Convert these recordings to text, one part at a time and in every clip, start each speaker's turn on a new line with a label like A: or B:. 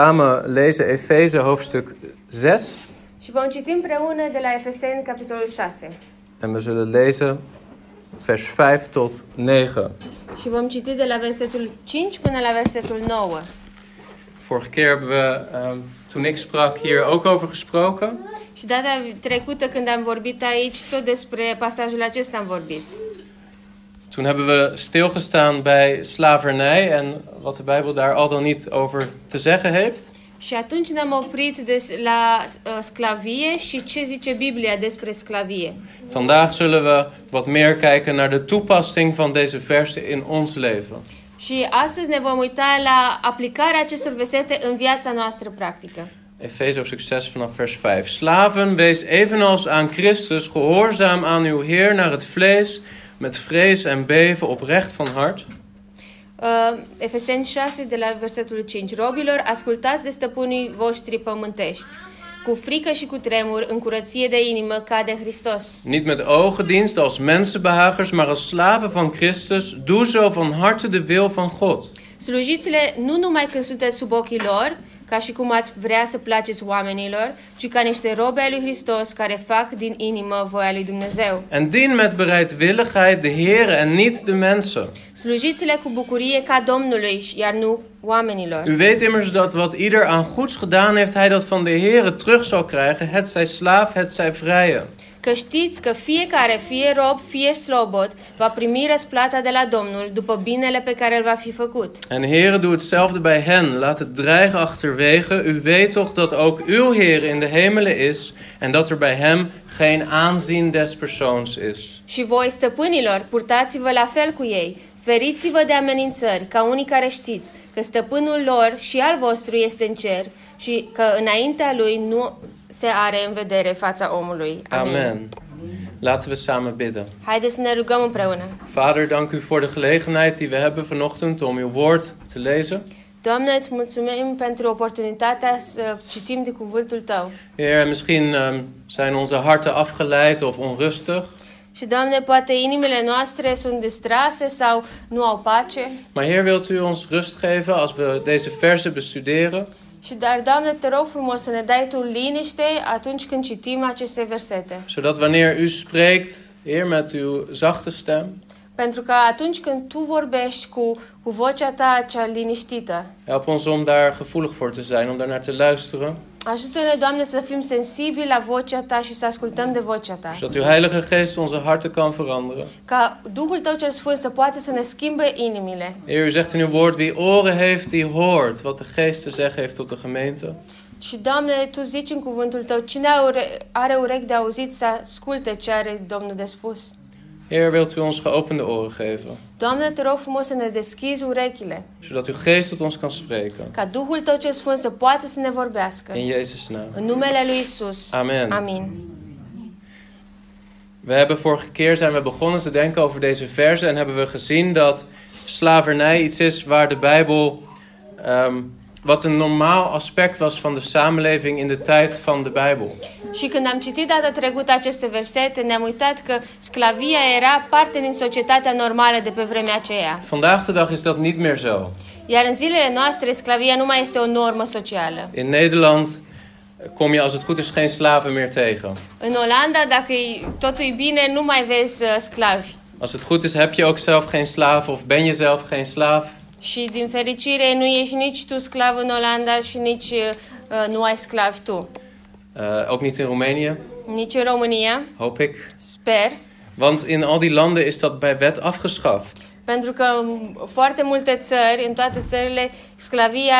A: samen lezen Efeze hoofdstuk 6
B: Și vom citi împreună de la Efeseni, capitolul 6.
A: en we zullen lezen vers 5 tot 9.
B: Și vom citi de la versetul 5 până la versetul 9.
A: Vorige keer hebben we, ehm, toen ik sprak, hier ook over gesproken.
B: Și data trecută când am vorbit aici, tot despre pasajul acesta am vorbit.
A: Toen hebben we stilgestaan bij slavernij en wat de Bijbel daar al dan niet over te zeggen heeft.
B: Și atunci ne-am oprit des, la uh, sclavie și ce zice Biblia despre sclavie.
A: Vandaag zullen we wat meer kijken naar de toepassing van deze versen in ons leven.
B: Și astăzi ne vom uita la aplicarea acestor versete în viața noastră practică.
A: Efeze hoofdstuk 6 vanaf vers 5. Slaven, wees evenals aan Christus gehoorzaam aan uw Heer naar het vlees, met vrees en beven oprecht van hart.
B: Uh, Efeseni 6, de la versetul 5. Robilor, ascultați de stăpânii voștri pământești. Cu frică și cu tremur, în curăție de inimă, ca de Hristos.
A: Niet met ogendienst als mensenbehagers, maar als slaven van Christus. Doe zo van harte de wil van God.
B: Slujiți-le nu numai când sunteți sub ochii lor, ca și cum ați vrea să placeți oamenilor, ci ca niște robe ai lui Hristos care fac din inimă voia lui Dumnezeu.
A: En dien met bereidwilligheid de Heer en niet de mensen.
B: Slujiți-le cu bucurie ca Domnului, iar nu oamenilor.
A: U weet immers dat wat ieder aan goeds gedaan heeft, hij dat van de Heer terug zal krijgen, het zij slaaf, het zij vrije.
B: Că știți că fiecare, fie rob, fie slobot, va primi răsplata de la Domnul după binele pe care îl va fi făcut.
A: En heren, doe hetzelfde bij hen. Laat het dreigen achterwege. U weet toch dat ook uw Heer in de hemelen is en dat er bij hem geen aanzien des persoons is.
B: Și voi, stăpânilor, purtați-vă la fel cu ei. Feriți-vă de amenințări, ca unii care știți că stăpânul lor și al vostru este în cer și că înaintea lui nu se are în vedere fața omului. Amin.
A: Amen. Laten we samen bidden.
B: Haideți să ne rugăm împreună.
A: Vader, dank u voor de gelegenheid die we hebben vanochtend om uw woord te lezen.
B: Doamne, îți mulțumim pentru oportunitatea să citim de cuvântul Tău.
A: Heer, en misschien ehm, zijn onze harten afgeleid of onrustig.
B: Și, Doamne, poate inimile noastre sunt distrase sau nu au pace.
A: Maar Heer, wilt u ons rust geven als we deze versen bestuderen?
B: Și, dar, Doamne, te rog frumos să ne dai Tu liniște atunci când citim aceste versete.
A: Zodat wanneer u spreekt, Heer, met uw zachte stem,
B: Pentru că atunci când tu vorbești cu, cu vocea ta cea liniștită,
A: Help ons om daar gevoelig voor te zijn, om daarnaar te luisteren.
B: ajută-ne, Doamne, să fim sensibili la vocea ta și să ascultăm de vocea ta.
A: Zodat uw Heilige Geest onze harten kan veranderen.
B: Ca Duhul tău cel Sfânt să poată să ne schimbe inimile.
A: Heer, u zegt in uw woord: wie oren heeft, die hoort wat de Geest te zeggen heeft tot de gemeente.
B: Și, Doamne, tu zici în cuvântul tău, cine are, are urechi de auzit să asculte ce are Domnul de spus.
A: Heer, wilt u ons geopende oren geven,
B: Doamne, te rog frumos să ne deschizi urechile,
A: zodat uw Geest tot ons kan spreken.
B: ca Duhul tău cel Sfânt să poată să ne vorbească.
A: In Jezus' naam.
B: În numele lui Isus.
A: Amen.
B: Amin.
A: We hebben vorige keer zijn we begonnen te denken over deze verzen en hebben we gezien dat slavernij iets is waar de Bijbel ehm, wat een normaal aspect was van de samenleving in de tijd van de Bijbel.
B: Și când am citit data trecută aceste versete, ne-am uitat că sclavia era parte din societatea normală de pe vremea aceea.
A: Vandaag de dag is dat niet meer zo.
B: Iar în zilele noastre, sclavia nu mai este o normă socială.
A: In Nederland kom je als het goed is geen slaven meer tegen.
B: În Olanda, dacă e- totul e bine, nu mai vezi uh, sclavi.
A: Als het goed is heb je ook zelf geen slaven of ben je zelf geen slaaf.
B: Și din fericire nu ești nici tu sclav în Olanda și nici uh, nu ai sclavi tu.
A: Eh, ook niet in Roemenië,
B: Nici în România,
A: hoop ik.
B: sper,
A: Want in al die landen is dat bij wet afgeschaft.
B: pentru că în foarte multe țări, în toate țările, sclavia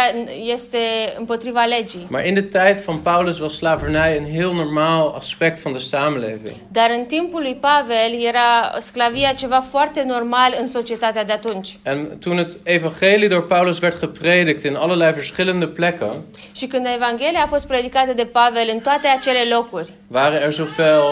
B: este împotriva legii.
A: Maar in de tijd van Paulus was slavernij een heel normaal aspect van de samenleving.
B: Dar în timpul lui Pavel era sclavia ceva foarte normal în societatea de atunci.
A: En toen het evangelie door Paulus werd gepredikt in allerlei verschillende plekken,
B: Și când Evanghelia a fost predicată de Pavel în toate acele locuri,
A: waren er zowel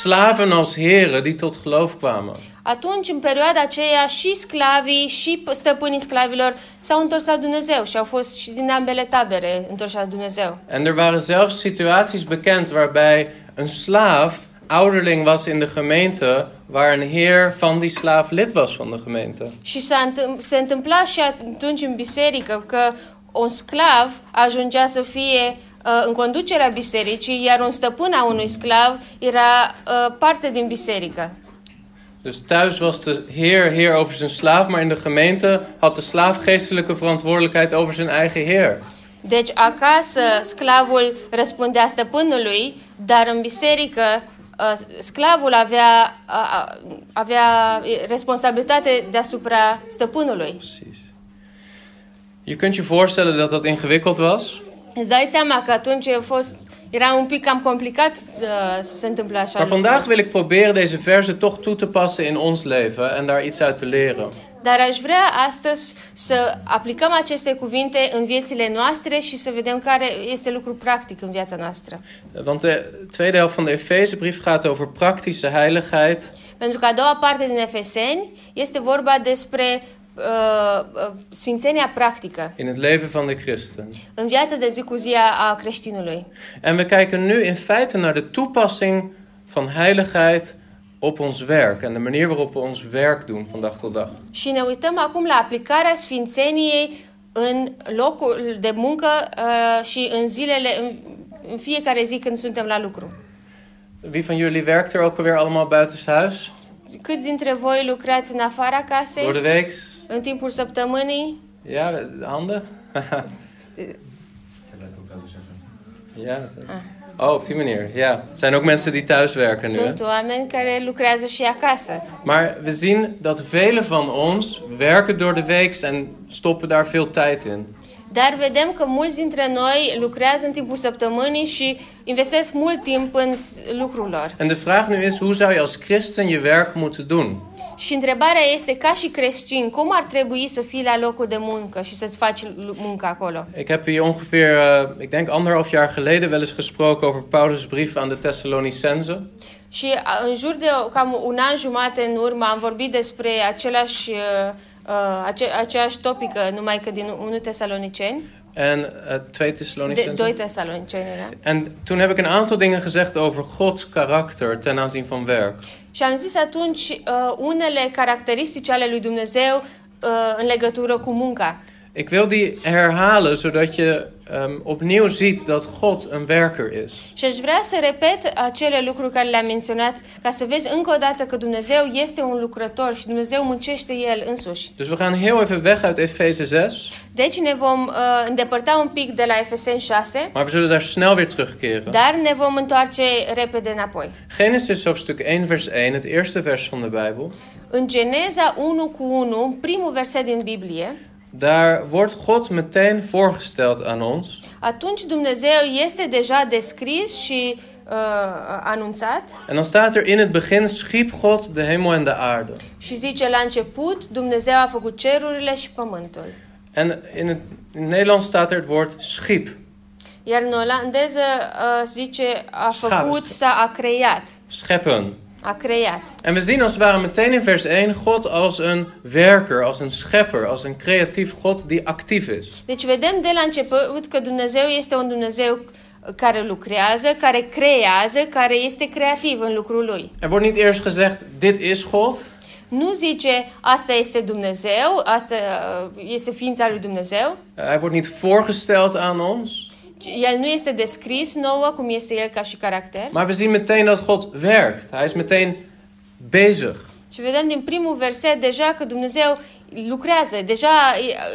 A: slaven als heren die tot geloof kwamen.
B: atunci, în perioada aceea, și sclavii și p- stăpânii sclavilor s-au întors la Dumnezeu și au fost și din ambele tabere întorși la Dumnezeu.
A: En er waren zelfs situaties bekend waarbij een slaaf ouderling was in de gemeente, waar een heer van die slaaf lid was van de gemeente.
B: Și s-a întâm- se întâmpla și atunci în biserică că o- un sclav ajungea să fie uh, în conducerea bisericii, iar un stăpân a unui sclav era uh, parte din biserică.
A: Dus thuis was de heer heer over zijn slaaf, maar in de gemeente had de slaaf geestelijke verantwoordelijkheid over zijn eigen heer.
B: Deci acasă sclavul răspundea stăpânului, dar în biserică uh, sclavul avea, uh, avea responsabilitate deasupra stăpânului.
A: Precies. Je kunt je voorstellen dat dat ingewikkeld was.
B: Îți dai seama că atunci a fost, era un pic cam complicat uh, să se întâmple așa.
A: Maar
B: lucruri.
A: vandaag wil ik proberen deze verzen toch toe te passen in ons leven en daar iets uit te leren.
B: Dar aș vrea astăzi să aplicăm aceste cuvinte în viețile noastre și să vedem care este lucru practic în viața noastră.
A: Want de tweede helft van de Efezebrief gaat over praktische heiligheid.
B: Pentru că a doua parte din Efeseni este vorba despre uh, uh, sfințenia practică
A: in het leven van de christen.
B: în viața de zi cu zi a a creștinului.
A: En we kijken nu in feite naar de toepassing van heiligheid op ons werk en de manier waarop we ons werk doen van dag tot dag.
B: Și ne uităm acum la aplicarea sfințeniei în locul de muncă uh, și în zilele, în, în fiecare zi când suntem la lucru.
A: Wie van jullie werkt er ook alweer allemaal buitenshuis?
B: Câți dintre voi lucrați în afara casei,
A: Door de week?
B: în timpul săptămânii?
A: Ja, handen? ja, dat is- Oh, op die manier. Ja. Er zijn ook mensen die thuis werken nu. hè?
B: Sunt oameni care lucrează și acasă.
A: Maar we zien dat velen van ons werken door de week en stoppen daar veel tijd in.
B: Dar vedem că mulți dintre noi lucrează în timpul săptămânii și investesc mult timp în s- lucrul lor.
A: En de vraag nu is, hoe zou je als christen je werk moeten doen?
B: Și întrebarea este, ca și creștin, cum ar trebui să fii la locul de muncă și să-ți faci lu- muncă acolo?
A: Ik heb hier ongeveer, eh, ik denk anderhalf jaar geleden wel eens gesproken over Paulus' brief aan de Thessalonicenzen.
B: Și a, în jur de cam un an jumate în urmă am vorbit despre același, uh, uh, ace- aceeași topică, numai că din 1 Tesaloniceni,
A: En eh, 2
B: de 2
A: Thessalonicenzen.
B: Tesaloniceni era.
A: En toen heb ik een aantal dingen gezegd over Gods karakter ten aanzien van werk.
B: Și am zis atunci uh, unele caracteristici ale lui Dumnezeu uh, în legătură cu munca.
A: Ik wil die herhalen zodat je ehm, opnieuw ziet dat God een werker is.
B: Și aș vrea să repet acele lucruri care le-am menționat ca să vezi încă o dată că Dumnezeu este un lucrător și Dumnezeu muncește El însuși.
A: Dus we gaan heel even weg uit Efeze 6,
B: Deci ne vom uh, îndepărta un pic de la Efeseni 6,
A: maar we zullen daar snel weer terugkeren.
B: dar ne vom întoarce repede înapoi.
A: Genesis hoofdstuk 1, vers 1, het eerste vers van de Bijbel.
B: În Geneza 1 cu 1, primul verset din Biblie,
A: Daar wordt God meteen voorgesteld aan ons.
B: atunci Dumnezeu este deja descris și uh, anunțat
A: En dan staat er in het begin schiep God de hemel en de aarde.
B: și zice la început Dumnezeu a făcut cerurile și pământul.
A: En in het, in het Nederlands staat er het woord schiep.
B: Iar în olandeză uh, zice a
A: Schaduw.
B: făcut sau a creat.
A: Scheppen.
B: A creat.
A: En we zien als het ware meteen in vers 1 God als een werker, als een schepper, als een creatief God die actief is.
B: Deci vedem de la început că Dumnezeu este un Dumnezeu care lucrează, care creează, care este creativ în lucrul lui.
A: Er wordt niet eerst gezegd, dit is God.
B: Nu zice asta este Dumnezeu, asta uh, este ființa lui Dumnezeu.
A: Eh, Hij wordt niet voorgesteld aan ons.
B: ci El nu este descris nouă cum este el ca și caracter.
A: Maar we zien meteen dat God werkt. Hij is meteen bezig.
B: Și vedem din primul verset deja că Dumnezeu lucrează, deja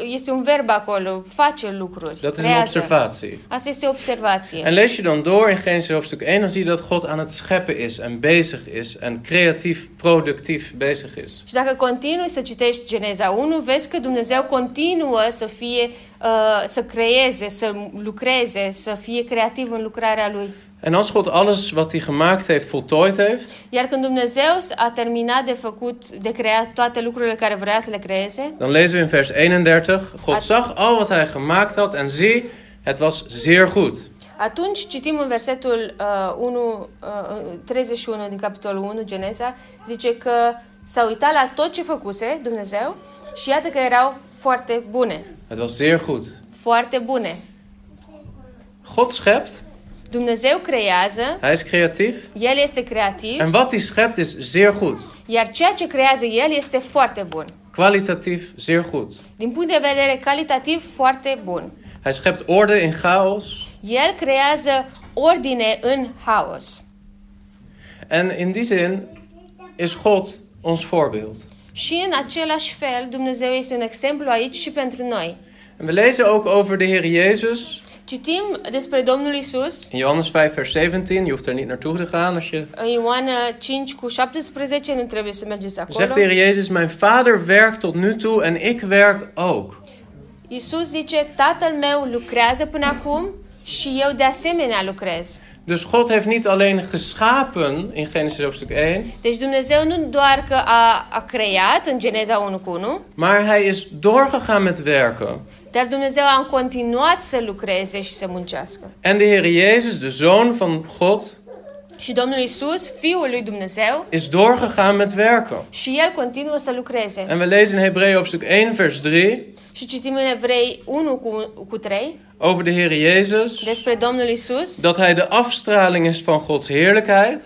B: e- este un verb acolo, face lucruri.
A: Dat is een
B: creează.
A: observatie.
B: Asta este o observație.
A: En lees je dan door in Genesis hoofdstuk 1, dan zie je dat God aan het scheppen is en bezig is en creatief, productief bezig is.
B: Și dacă continui să citești Geneza 1, vezi că Dumnezeu continuă să fie, uh, să creeze, să lucreze, să fie creativ în lucrarea Lui.
A: En als God alles wat hij gemaakt heeft voltooid heeft,
B: Iar când Dumnezeu a terminat de făcut, de creat toate lucrurile care vrea să le creeze,
A: dan lezen we in vers 31: God zag al wat hij gemaakt had en zie, het was zeer goed.
B: atunci citim în versetul uh, 1, uh, 31 din capitolul 1 Geneza, zice că s-a uitat la tot ce făcuse Dumnezeu și iată că erau foarte bune,
A: Het was zeer goed.
B: foarte bune.
A: God schept,
B: Dumnezeu creează,
A: hij is creatief.
B: El este creativ.
A: En wat hij schept is zeer goed.
B: Iar ceea ce creează el este foarte bun.
A: Kwalitatief zeer goed.
B: Din punct de vedere calitativ, foarte bun.
A: Hij schept orde in chaos.
B: El creează ordine în haos.
A: En in die zin is God ons voorbeeld.
B: Și în același fel, Dumnezeu este un exemplu aici și pentru noi.
A: En we lezen ook over de Heer Jezus
B: Citim despre Domnul Isus
A: in Johannes 5, vers 17. Je hoeft er niet naartoe te gaan als je.
B: în Ioan 5 cu 17, nu trebuie să mergeți
A: Zegt de Heer
B: acolo.
A: Jezus: Mijn vader werkt tot nu toe en ik werk ook.
B: Isus zice, Tatăl meu lucrează până acum și eu de asemenea lucrez.
A: Dus God heeft niet alleen geschapen in Genesis hoofdstuk 1,
B: Deci Dumnezeu nu doar că a, a creat în Geneza 1 cu 1,
A: maar hij is doorgegaan met werken.
B: dar Dumnezeu a continuat să lucreze și să muncească.
A: En de Heer Jezus, de Zoon van God,
B: Și Domnul Isus, Fiul lui Dumnezeu,
A: is doorgegaan met werken.
B: și El continuă să lucreze.
A: En we lezen in Hebreeën hoofdstuk 1, vers 3
B: Și citim în Evrei 1 cu, cu 3
A: over de Heer Jezus
B: despre Domnul Isus,
A: dat hij de afstraling is van Gods heerlijkheid.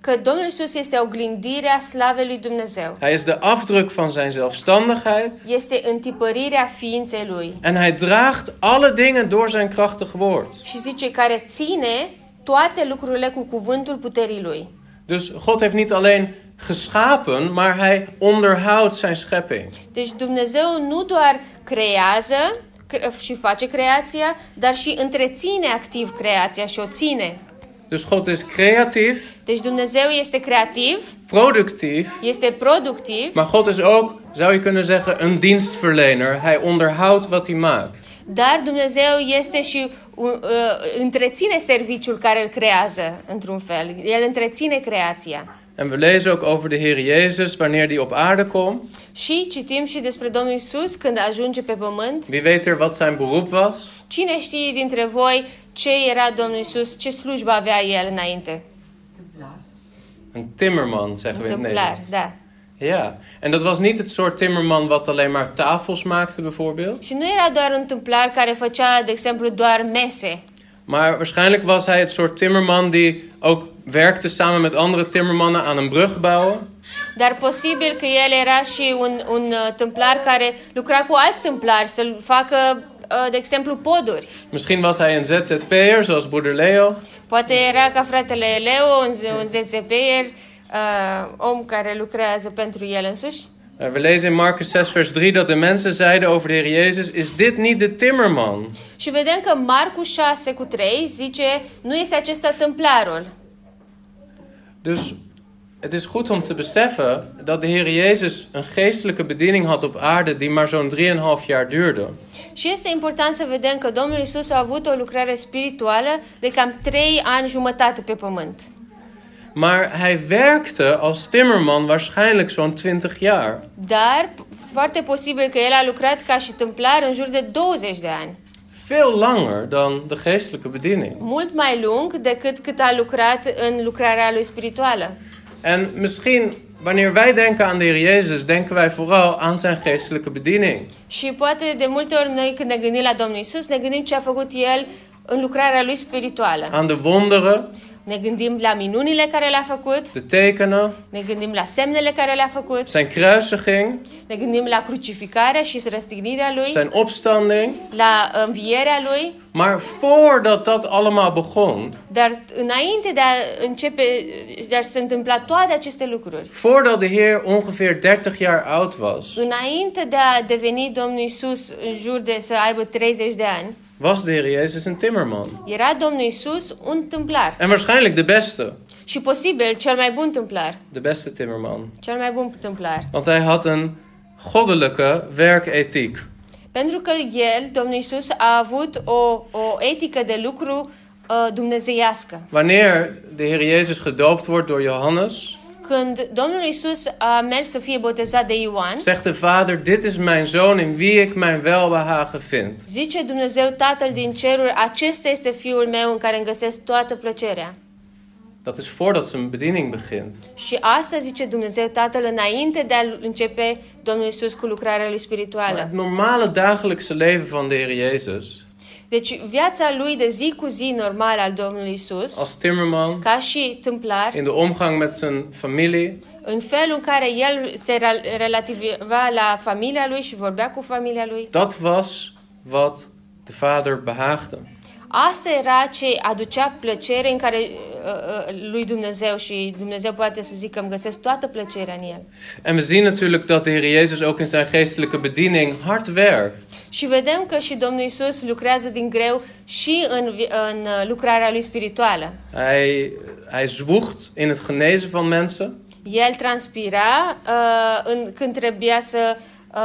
B: că Domnul Isus este oglindirea slavei lui Dumnezeu.
A: Hij is de afdruk van zijn zelfstandigheid.
B: Este întipărirea ființei Lui.
A: En hij draagt alle dingen door zijn krachtig woord.
B: Și zice, care ține toate lucrurile cu cuvântul puterii Lui.
A: Dus God heeft niet alleen geschapen, maar hij onderhoudt zijn schepping.
B: Deci Dumnezeu nu doar creează cre- și face creația, dar și întreține activ creația și o ține.
A: Dus God is creatief,
B: Deci Dumnezeu este creativ,
A: productief,
B: este productiv,
A: maar God is ook, zou je kunnen zeggen, een dienstverlener. Hij onderhoudt wat hij maakt.
B: dar Dumnezeu este și un- uh, întreține serviciul care îl creează într-un fel. El întreține creația.
A: En we lezen ook over de Heer Jezus wanneer die op aarde komt.
B: Și citim și despre Domnul Isus când ajunge pe pământ.
A: Wie weet er wat zijn beroep was?
B: Cine știe dintre voi ce era Domnul Isus, ce slujbă avea el înainte?
A: Een timmerman, zeggen we in het
B: Întâmplar,
A: Nederlands.
B: da.
A: Ja, en dat was niet het soort timmerman wat alleen maar tafels maakte bijvoorbeeld.
B: Și nu era doar un tâmplar care făcea, de exemplu, doar mese,
A: Maar waarschijnlijk was hij het soort timmerman die ook werkte samen met andere timmermannen aan een brug bouwen.
B: dar posibil că el era și un, un uh, tâmplar care lucra cu alți tâmplari să facă, uh, de exemplu, poduri.
A: Misschien was hij een ZZP'er zoals broeder Leo.
B: Poate era ca fratele Leo, un, z- un ZZPer, uh, om care lucrează pentru el însuși.
A: Eh, We lezen in Marcus 6 vers 3 dat de mensen zeiden over de Heer Jezus, is dit niet de timmerman?
B: Și vedem că Marcu 6 cu 3 zice, nu este acesta tâmplarul.
A: Dus het is goed om te beseffen dat de Heer Jezus een geestelijke bediening had op aarde die maar zo'n 3,5 jaar duurde.
B: Și este important să vedem că Domnul Isus a avut o lucrare spirituală de cam 3 ani jumătate pe pământ.
A: Maar hij werkte als timmerman waarschijnlijk zo'n 20 jaar.
B: Dar p- foarte posibil că el a lucrat ca și tâmplar în jur de 20 de ani.
A: Veel langer dan de geestelijke bediening.
B: Mult mai lung decât cât a lucrat în lucrarea lui spirituală.
A: En misschien, wanneer wij denken aan de Heer Jezus, denken wij vooral aan zijn geestelijke bediening.
B: Și poate de multe ori noi când ne gândim la Domnul Isus, ne gândim ce a făcut el în lucrarea lui spirituală.
A: Aan de wonderen,
B: Ne gândim la minunile care le-a făcut,
A: de tekenen,
B: ne gândim la semnele care le-a făcut,
A: zijn kruisiging,
B: ne gândim la crucificarea și răstignirea lui,
A: zijn opstanding.
B: la învierea lui.
A: Maar voordat dat allemaal begon,
B: Dar înainte de a începe, de a se întâmpla toate aceste lucruri,
A: voordat de Heer ongeveer 30 jaar oud was,
B: Înainte de a deveni Domnul Isus în jur de să aibă 30 de ani,
A: was de Heer Jezus een timmerman.
B: era Domnul Isus un tâmplar.
A: En waarschijnlijk de beste,
B: Și posibil cel mai bun tâmplar.
A: de beste timmerman.
B: Cel mai bun tâmplar.
A: Want hij had een goddelijke werkethiek.
B: Pentru că el, Domnul Isus, a avut o, o etică de lucru uh, dumnezeiască.
A: Wanneer de Heer Jezus gedoopt wordt door Johannes,
B: Când Domnul Isus a mers să fie botezat de Ioan,
A: zegt de Vader: Dit is mijn zoon in wie ik mijn welbehagen vind.
B: zice Dumnezeu Tatăl din ceruri, acesta este Fiul meu în care îmi găsesc toată plăcerea.
A: Dat is voordat zijn bediening begint.
B: Și asta zice Dumnezeu Tatăl înainte de a începe Domnul Isus cu lucrarea lui
A: Maar
B: spirituală.
A: het normale dagelijkse leven van de Heer Jezus,
B: Deci viața lui de zi cu zi normală al Domnului Isus,
A: als timmerman,
B: ca și tâmplar,
A: in de omgang met zijn familie,
B: în felul în care el se rel- relativiva la familia lui și vorbea cu familia lui,
A: dat was wat de Vader behaagde.
B: Asta era ce aducea plăcere în care uh, uh, lui Dumnezeu și Dumnezeu poate să zică îmi găsesc toată plăcerea în el.
A: En we zien natuurlijk dat de Heer Jezus ook in zijn geestelijke bediening hard werkt.
B: Și vedem că și Domnul Isus lucrează din greu și în, vi- în uh, lucrarea lui spirituală.
A: Hij, hij zwoegt in het genezen van mensen.
B: El transpira uh, în, când trebuia să, uh,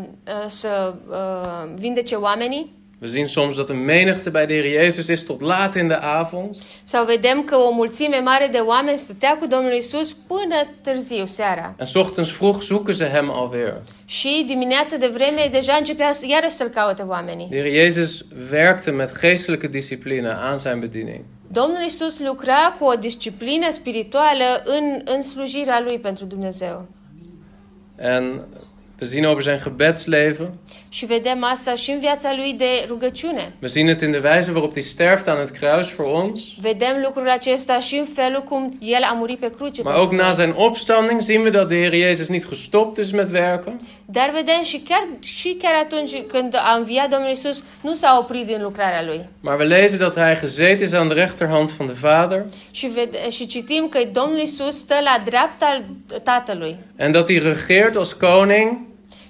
B: uh, să uh, vindece oamenii.
A: We zien soms dat een menigte bij de Heer Jezus is tot laat in de avond.
B: Sau vedem că o mulțime mare de oameni stătea cu Domnul Isus până târziu seara.
A: En 's ochtends vroeg zoeken ze hem alweer.
B: Și dimineața de vreme deja începea să- iarăși să-L caute oamenii.
A: De Heer Jezus werkte met geestelijke discipline aan zijn bediening.
B: Domnul Isus lucra cu o disciplină spirituală în, în slujirea Lui pentru Dumnezeu.
A: En we zien over zijn gebedsleven.
B: Și vedem asta și în viața Lui de rugăciune.
A: We zien het in de wijze waarop hij sterft aan het kruis voor ons.
B: Vedem lucrul acesta și în felul cum El a murit pe cruce.
A: Maar
B: pentru
A: ook na
B: noi.
A: zijn opstanding zien we dat de Heer Jezus niet gestopt is met werken.
B: Dar vedem și chiar, și chiar atunci când a înviat Domnul Isus, nu s-a oprit din lucrarea Lui.
A: Maar we lezen dat hij gezeten is aan de rechterhand van de Vader.
B: Și, vede- și citim că Domnul Isus stă la dreapta Tatălui
A: En dat hij regeert als koning.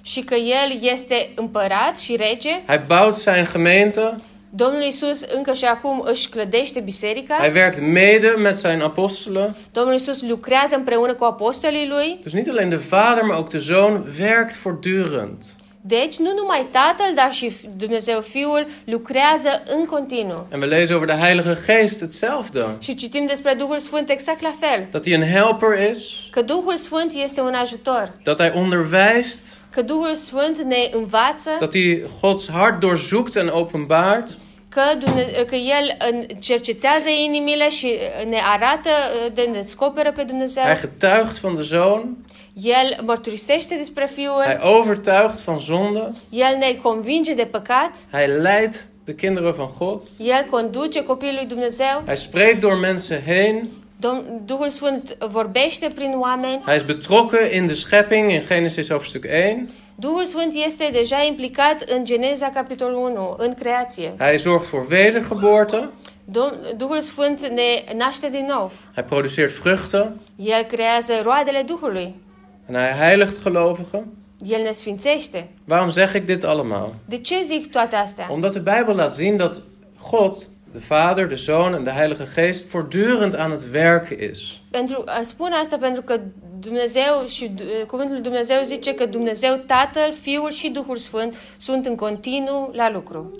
B: și că El este împărat și rege.
A: Hij bouwt zijn gemeente.
B: Domnul Isus încă și acum își clădește biserica.
A: Hij werkt mede met zijn apostelen.
B: Domnul Isus lucrează împreună cu apostolii lui.
A: Dus niet alleen de Vader, maar ook de Zoon werkt voortdurend.
B: Deci, nu numai Tatăl, dar și Dumnezeu Fiul lucrează în continuu.
A: En we lezen over de Heilige Geest hetzelfde.
B: Și citim despre Duhul Sfânt exact la fel.
A: Dat hij een helper is.
B: Că Duhul Sfânt este un ajutor.
A: Dat hij onderwijst.
B: Că Duhul Sfânt ne învață.
A: Dat hij Gods hart doorzoekt en openbaart.
B: Că, Dumne- că El în- cercetează inimile și ne arată, uh, de- ne descoperă pe Dumnezeu.
A: Hij getuigt van de Zoon.
B: El mărturisește despre Fiul.
A: Hij overtuigt van zonde.
B: El ne convinge de păcat.
A: Hij leidt de kinderen van God.
B: El conduce copilul lui Dumnezeu.
A: Hij spreekt door mensen heen.
B: Dom- Duhul Sfânt vorbește prin oameni.
A: Hij is betrokken in de schepping in Genesis hoofdstuk 1.
B: Duhul Sfânt este deja implicat în Geneza, capitolul 1, în creație.
A: Hij zorgt voor wedergeboorte.
B: Dom- Duhul Sfânt ne naște din nou.
A: Hij produceert vruchten.
B: El creează roadele Duhului.
A: En hij heiligt gelovigen.
B: El ne sfințește.
A: Waarom zeg ik dit allemaal?
B: De ce zic toate astea?
A: Omdat de Bijbel laat zien dat God, de Vader, de Zoon en de Heilige Geest voortdurend aan het werken is.
B: Pentru, spun asta pentru că Dumnezeu și Du- cuvântul lui Dumnezeu zice că Dumnezeu Tatăl, Fiul și Duhul Sfânt sunt în continuu la lucru.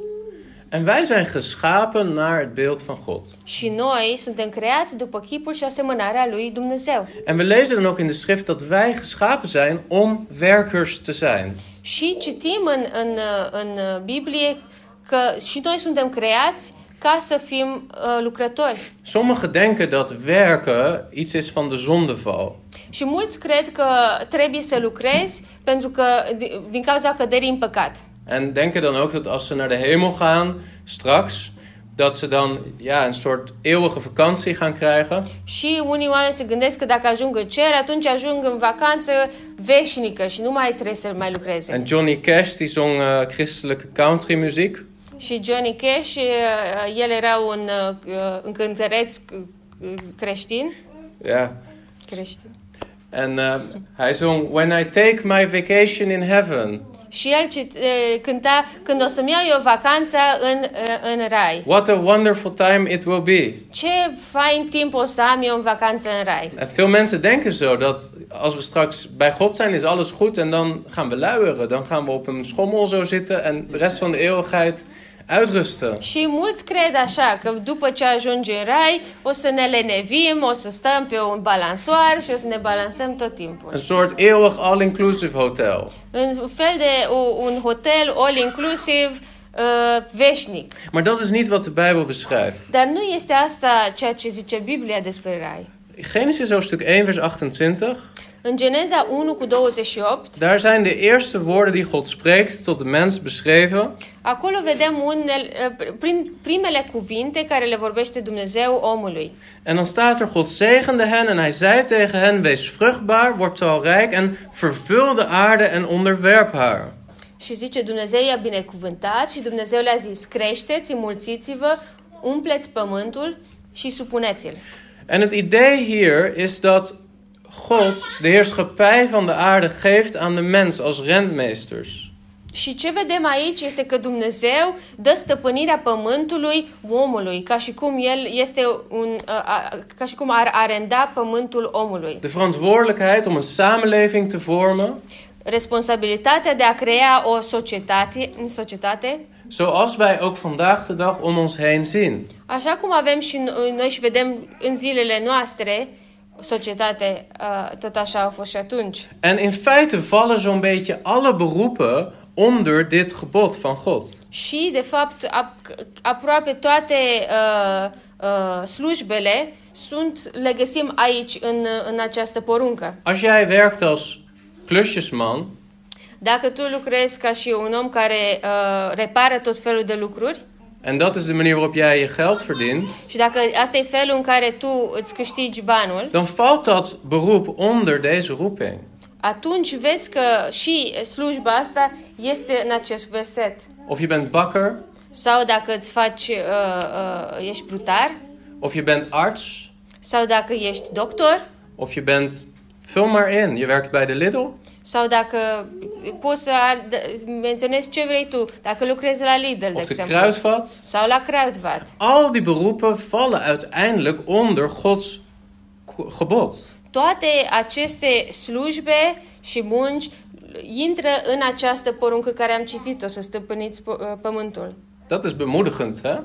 A: En wij zijn geschapen naar het beeld van God.
B: Și noi suntem creați după chipul și asemănarea lui Dumnezeu.
A: En we lezen dan ook in de schrift dat wij geschapen zijn om werkers te zijn.
B: Și citim în, în, uh, în uh, Biblie că și noi suntem creați ca să fim uh, lucrători.
A: Sommigen denken dat werken iets is van de zondeval.
B: Și mulți cred că trebuie să lucrezi pentru că di- din cauza căderii în păcat.
A: En denken dan ook dat als ze naar de hemel gaan straks, dat ze dan ja, een soort eeuwige vakantie gaan krijgen.
B: Și unii oameni se gândesc că dacă ajung în cer, atunci ajung în vacanță veșnică și nu mai trebuie să mai lucreze.
A: En Johnny Cash die zong eh, christelijke countrymuziek.
B: Și Johnny Cash, uh, el era un uh, încântăreț uh, creștin.
A: Ja.
B: creștin.
A: En eh, hij zong When I Take My Vacation in Heaven,
B: Și el cit, uh, cânta Când o să-mi iau eu vacanța în, uh, în rai.
A: What a Wonderful Time It Will Be.
B: Ce fain timp o să am eu în vacanță în rai.
A: En veel mensen denken zo dat als we straks bij God zijn is alles goed en dan gaan we luieren. Dan gaan we op een schommel zo zitten en de rest van de eeuwigheid uitrusten.
B: Și mulți cred așa că după ce ajungi în rai o să ne lenevim, o să stăm pe un balansoar și o să ne balansăm tot timpul.
A: Een soort eeuwig all-inclusive hotel.
B: În fel de o, un hotel all-inclusiv uh, veșnic.
A: Maar dat is niet wat de Bijbel beschrijft.
B: Dar nu este asta ceea ce zice Biblia despre rai.
A: Genesis hoofdstuk 1 vers 28.
B: În Geneza 1 cu 28
A: Daar zijn de eerste woorden die God spreekt tot de mens beschreven.
B: Acolo vedem unele, uh, prin primele cuvinte care le vorbește Dumnezeu omului.
A: En dan staat er, God zegende hen en hij zei tegen hen, wees vruchtbaar, word talrijk en vervul de aarde en onderwerp haar.
B: Și zice, Dumnezeu i-a binecuvântat și Dumnezeu le-a zis, creșteți, înmulțiți-vă, umpleți pământul și supuneți-l.
A: En het idee hier is dat God de heerschappij van de aarde geeft aan de mens als rentmeesters.
B: Și ce vedem aici este că Dumnezeu dă stăpânirea pământului omului, ca și cum el este un, a, a, ca și cum ar arenda pământul omului.
A: De verantwoordelijkheid om een samenleving te vormen
B: Responsabilitatea de a crea o societate, în societate,
A: zoals wij ook vandaag de dag om ons heen zien.
B: așa cum avem și no- noi și vedem în zilele noastre, societate uh, tot așa a fost și atunci.
A: En in feite vallen zo'n beetje alle beroepen onder dit gebod van God.
B: Și, de fapt, ap- aproape toate uh, uh, slujbele sunt, le găsim aici, în, în această poruncă.
A: Als jij werkt als klusjesman,
B: Dacă tu lucrezi ca și un om care uh, repară tot felul de lucruri
A: en dat is de manier waarop jij je geld verdient,
B: și dacă asta e felul în care tu îți câștigi banul,
A: dan valt dat beroep onder deze roeping.
B: atunci vezi că și slujba asta este în acest verset.
A: Of je bent bakker,
B: Sau dacă îți faci, uh, uh, ești brutar,
A: of je bent arts,
B: sau dacă ești doctor,
A: of je bent. Vul maar in. Je werkt bij de Lidl.
B: sau dacă poți să al- d- menționezi ce vrei tu, dacă lucrezi la Lidl, de
A: Of de
B: exemplu,
A: kruidvat.
B: sau la Kruidvat.
A: Al die beroepen vallen uiteindelijk onder Gods k- gebod.
B: Toate aceste slujbe și munci intră în această poruncă care am citit-o, să stăpâniți pă- pământul.
A: Dat is bemoedigend, hè?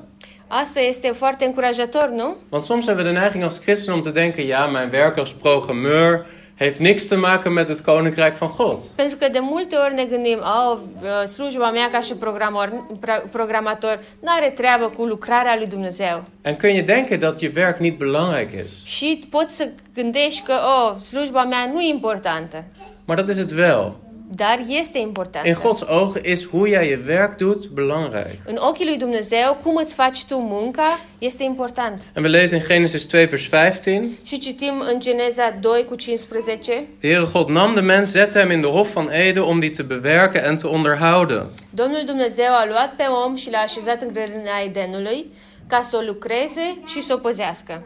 B: Asta este foarte încurajator, nu?
A: Want soms hebben we de neiging als christen om te denken: ja, mijn werk als programmeur heeft niks te maken met het koninkrijk van God.
B: Pentru că de multe ori ne gândim, oh, slujba mea ca și programor, pro- programator nu are treabă cu lucrarea lui Dumnezeu.
A: En kun je denken dat je werk niet belangrijk is?
B: Și poți să gândești că, oh, slujba mea nu e importantă,
A: Maar dat is het wel.
B: dar este
A: In
B: importantă.
A: Gods ogen is hoe jij je werk doet belangrijk.
B: În ochii lui Dumnezeu, cum îți faci tu munca, este important.
A: En we lezen in Genesis 2, vers 15.
B: Și citim în Geneza 2 cu 15,
A: De Heere God nam de mens, zette hem in de hof van Eden om die te bewerken en te onderhouden.
B: Domnul Dumnezeu a luat pe om și l-a așezat în grădina Edenului ca să o lucreze și să o păzească.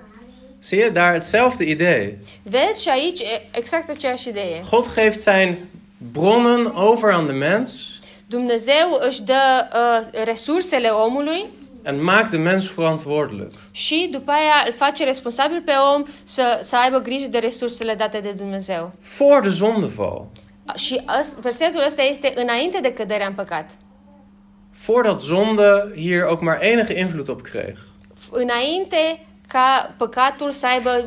A: Zie je daar hetzelfde idee?
B: Vezi și aici e exact aceeași idee.
A: God geeft zijn bronnen over aan de mens
B: Dumnezeu își dă uh, resursele omului
A: en maakt de mens verantwoordelijk.
B: și după aia îl face responsabil pe om să, să aibă grijă de resursele date de Dumnezeu.
A: Voor de zondeval,
B: Și as, versetul ăsta este înainte de căderea în păcat.
A: voordat zonde hier ook maar enige invloed op kreeg.
B: F- Înainte ca păcatul să aibă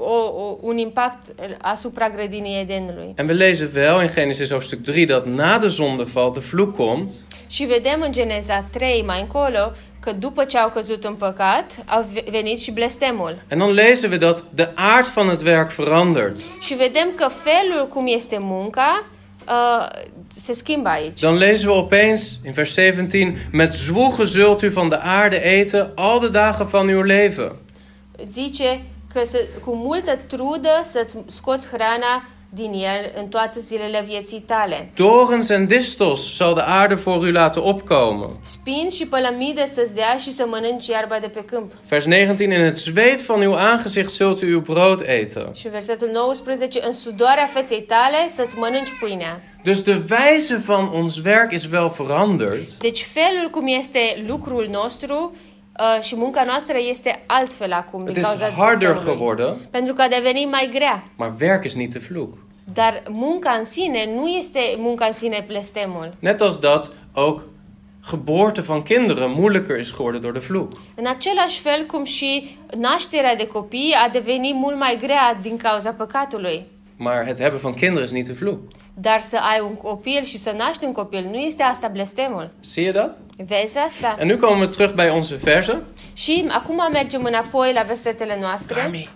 B: o, o, un impact asupra grădinii Edenului.
A: En we lezen wel in Genesis hoofdstuk 3 dat na de zondeval de vloek komt.
B: Și vedem în Geneza 3 mai încolo că după ce au căzut în păcat, au ve- venit și blestemul.
A: En dan lezen we dat de aard van het werk verandert.
B: Și vedem că felul cum este munca uh, se schimbă aici.
A: Dan lezen we opeens in vers 17: Met zwoegen zult u van de aarde eten al de dagen van uw leven.
B: Zice că să, cu multă trudă să-ți scoți hrana din el în toate zilele vieții tale.
A: Torens en distels zal de aarde voor u laten opkomen.
B: Spin și pălămide să-ți dea și să mănânci iarba de pe câmp.
A: Vers 19: In het zweet van uw aangezicht zult u uw brood eten.
B: Și versetul 19, în sudoarea feței tale să-ți mănânci pâinea.
A: Dus de wijze van ons werk is wel veranderd,
B: Deci felul cum este lucrul nostru uh, și munca noastră este altfel acum
A: Het
B: din
A: is
B: cauza
A: harder
B: blestemului.
A: geworden.
B: Pentru că a devenit mai grea.
A: maar werk is niet de vloek.
B: Dar munca în sine nu este munca în sine blestemul.
A: Net als dat ook geboorte van kinderen moeilijker is geworden door de vloek.
B: În același fel cum și nașterea de copii a devenit mult mai grea din cauza păcatului.
A: Maar het hebben van kinderen is niet de vloek.
B: Dar să ai un copil și să naști un copil, nu este asta blestemul.
A: Zie je dat?
B: Vezi asta?
A: En nu komen we terug bij onze verse.
B: Și acum mergem înapoi la versetele noastre.
A: Carmi.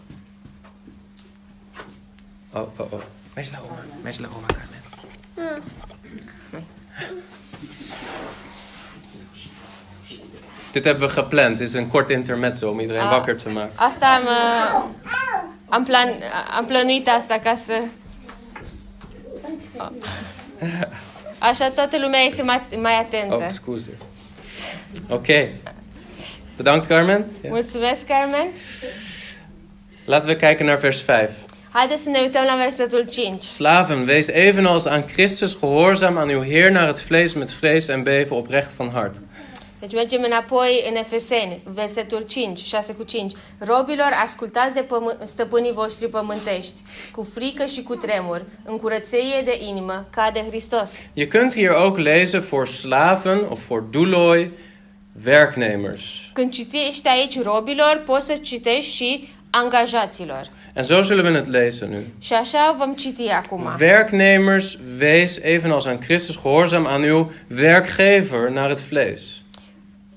A: Oh, oh, oh. Wees la oma. Wees la oma, Carmen. Dit hebben we gepland. Het is een kort intermezzo om iedereen
B: Ah.
A: wakker te maken.
B: Asta am, uh, am, plan, am plănuit asta ca să... Așa toată lumea este mai, mai atentă.
A: Oh, scuze. Oké. Bedankt, Carmen. Ja.
B: Mulțumesc, Carmen.
A: Laten we kijken naar vers 5.
B: Haideți să ne uităm la versetul 5.
A: Slaven, wees evenals aan Christus gehoorzaam aan uw Heer naar het vlees met vrees en beven oprecht van hart.
B: Deci mergem înapoi în Efeseni, versetul 5, 6 cu 5. Robilor, ascultați de pămâ- stăpânii voștri pământești, cu frică și cu tremur, în curățenie de inimă, ca de Hristos.
A: Je kunt hier ook lezen voor slaven of voor doeloi, werknemers.
B: Când citești aici robilor, poți să citești și angajaților.
A: En zo zullen we het lezen nu.
B: Și așa vom citi acum.
A: Werknemers, wees evenals aan Christus gehoorzaam aan uw werkgever naar het vlees.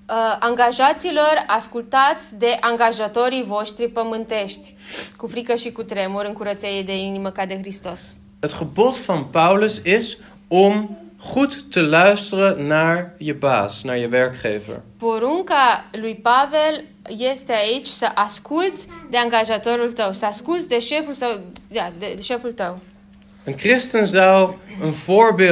B: Uh, angajaților, ascultați de angajatorii voștri pământești, cu frică și cu tremur, în curățenie de inimă ca de Hristos.
A: Het gebod van Paulus is om goed te luisteren naar je baas, naar je werkgever.
B: Porunca lui Pavel este aici să asculți de angajatorul tău, să asculți de șeful tău, da, de, de șeful tău.
A: Een christen zou een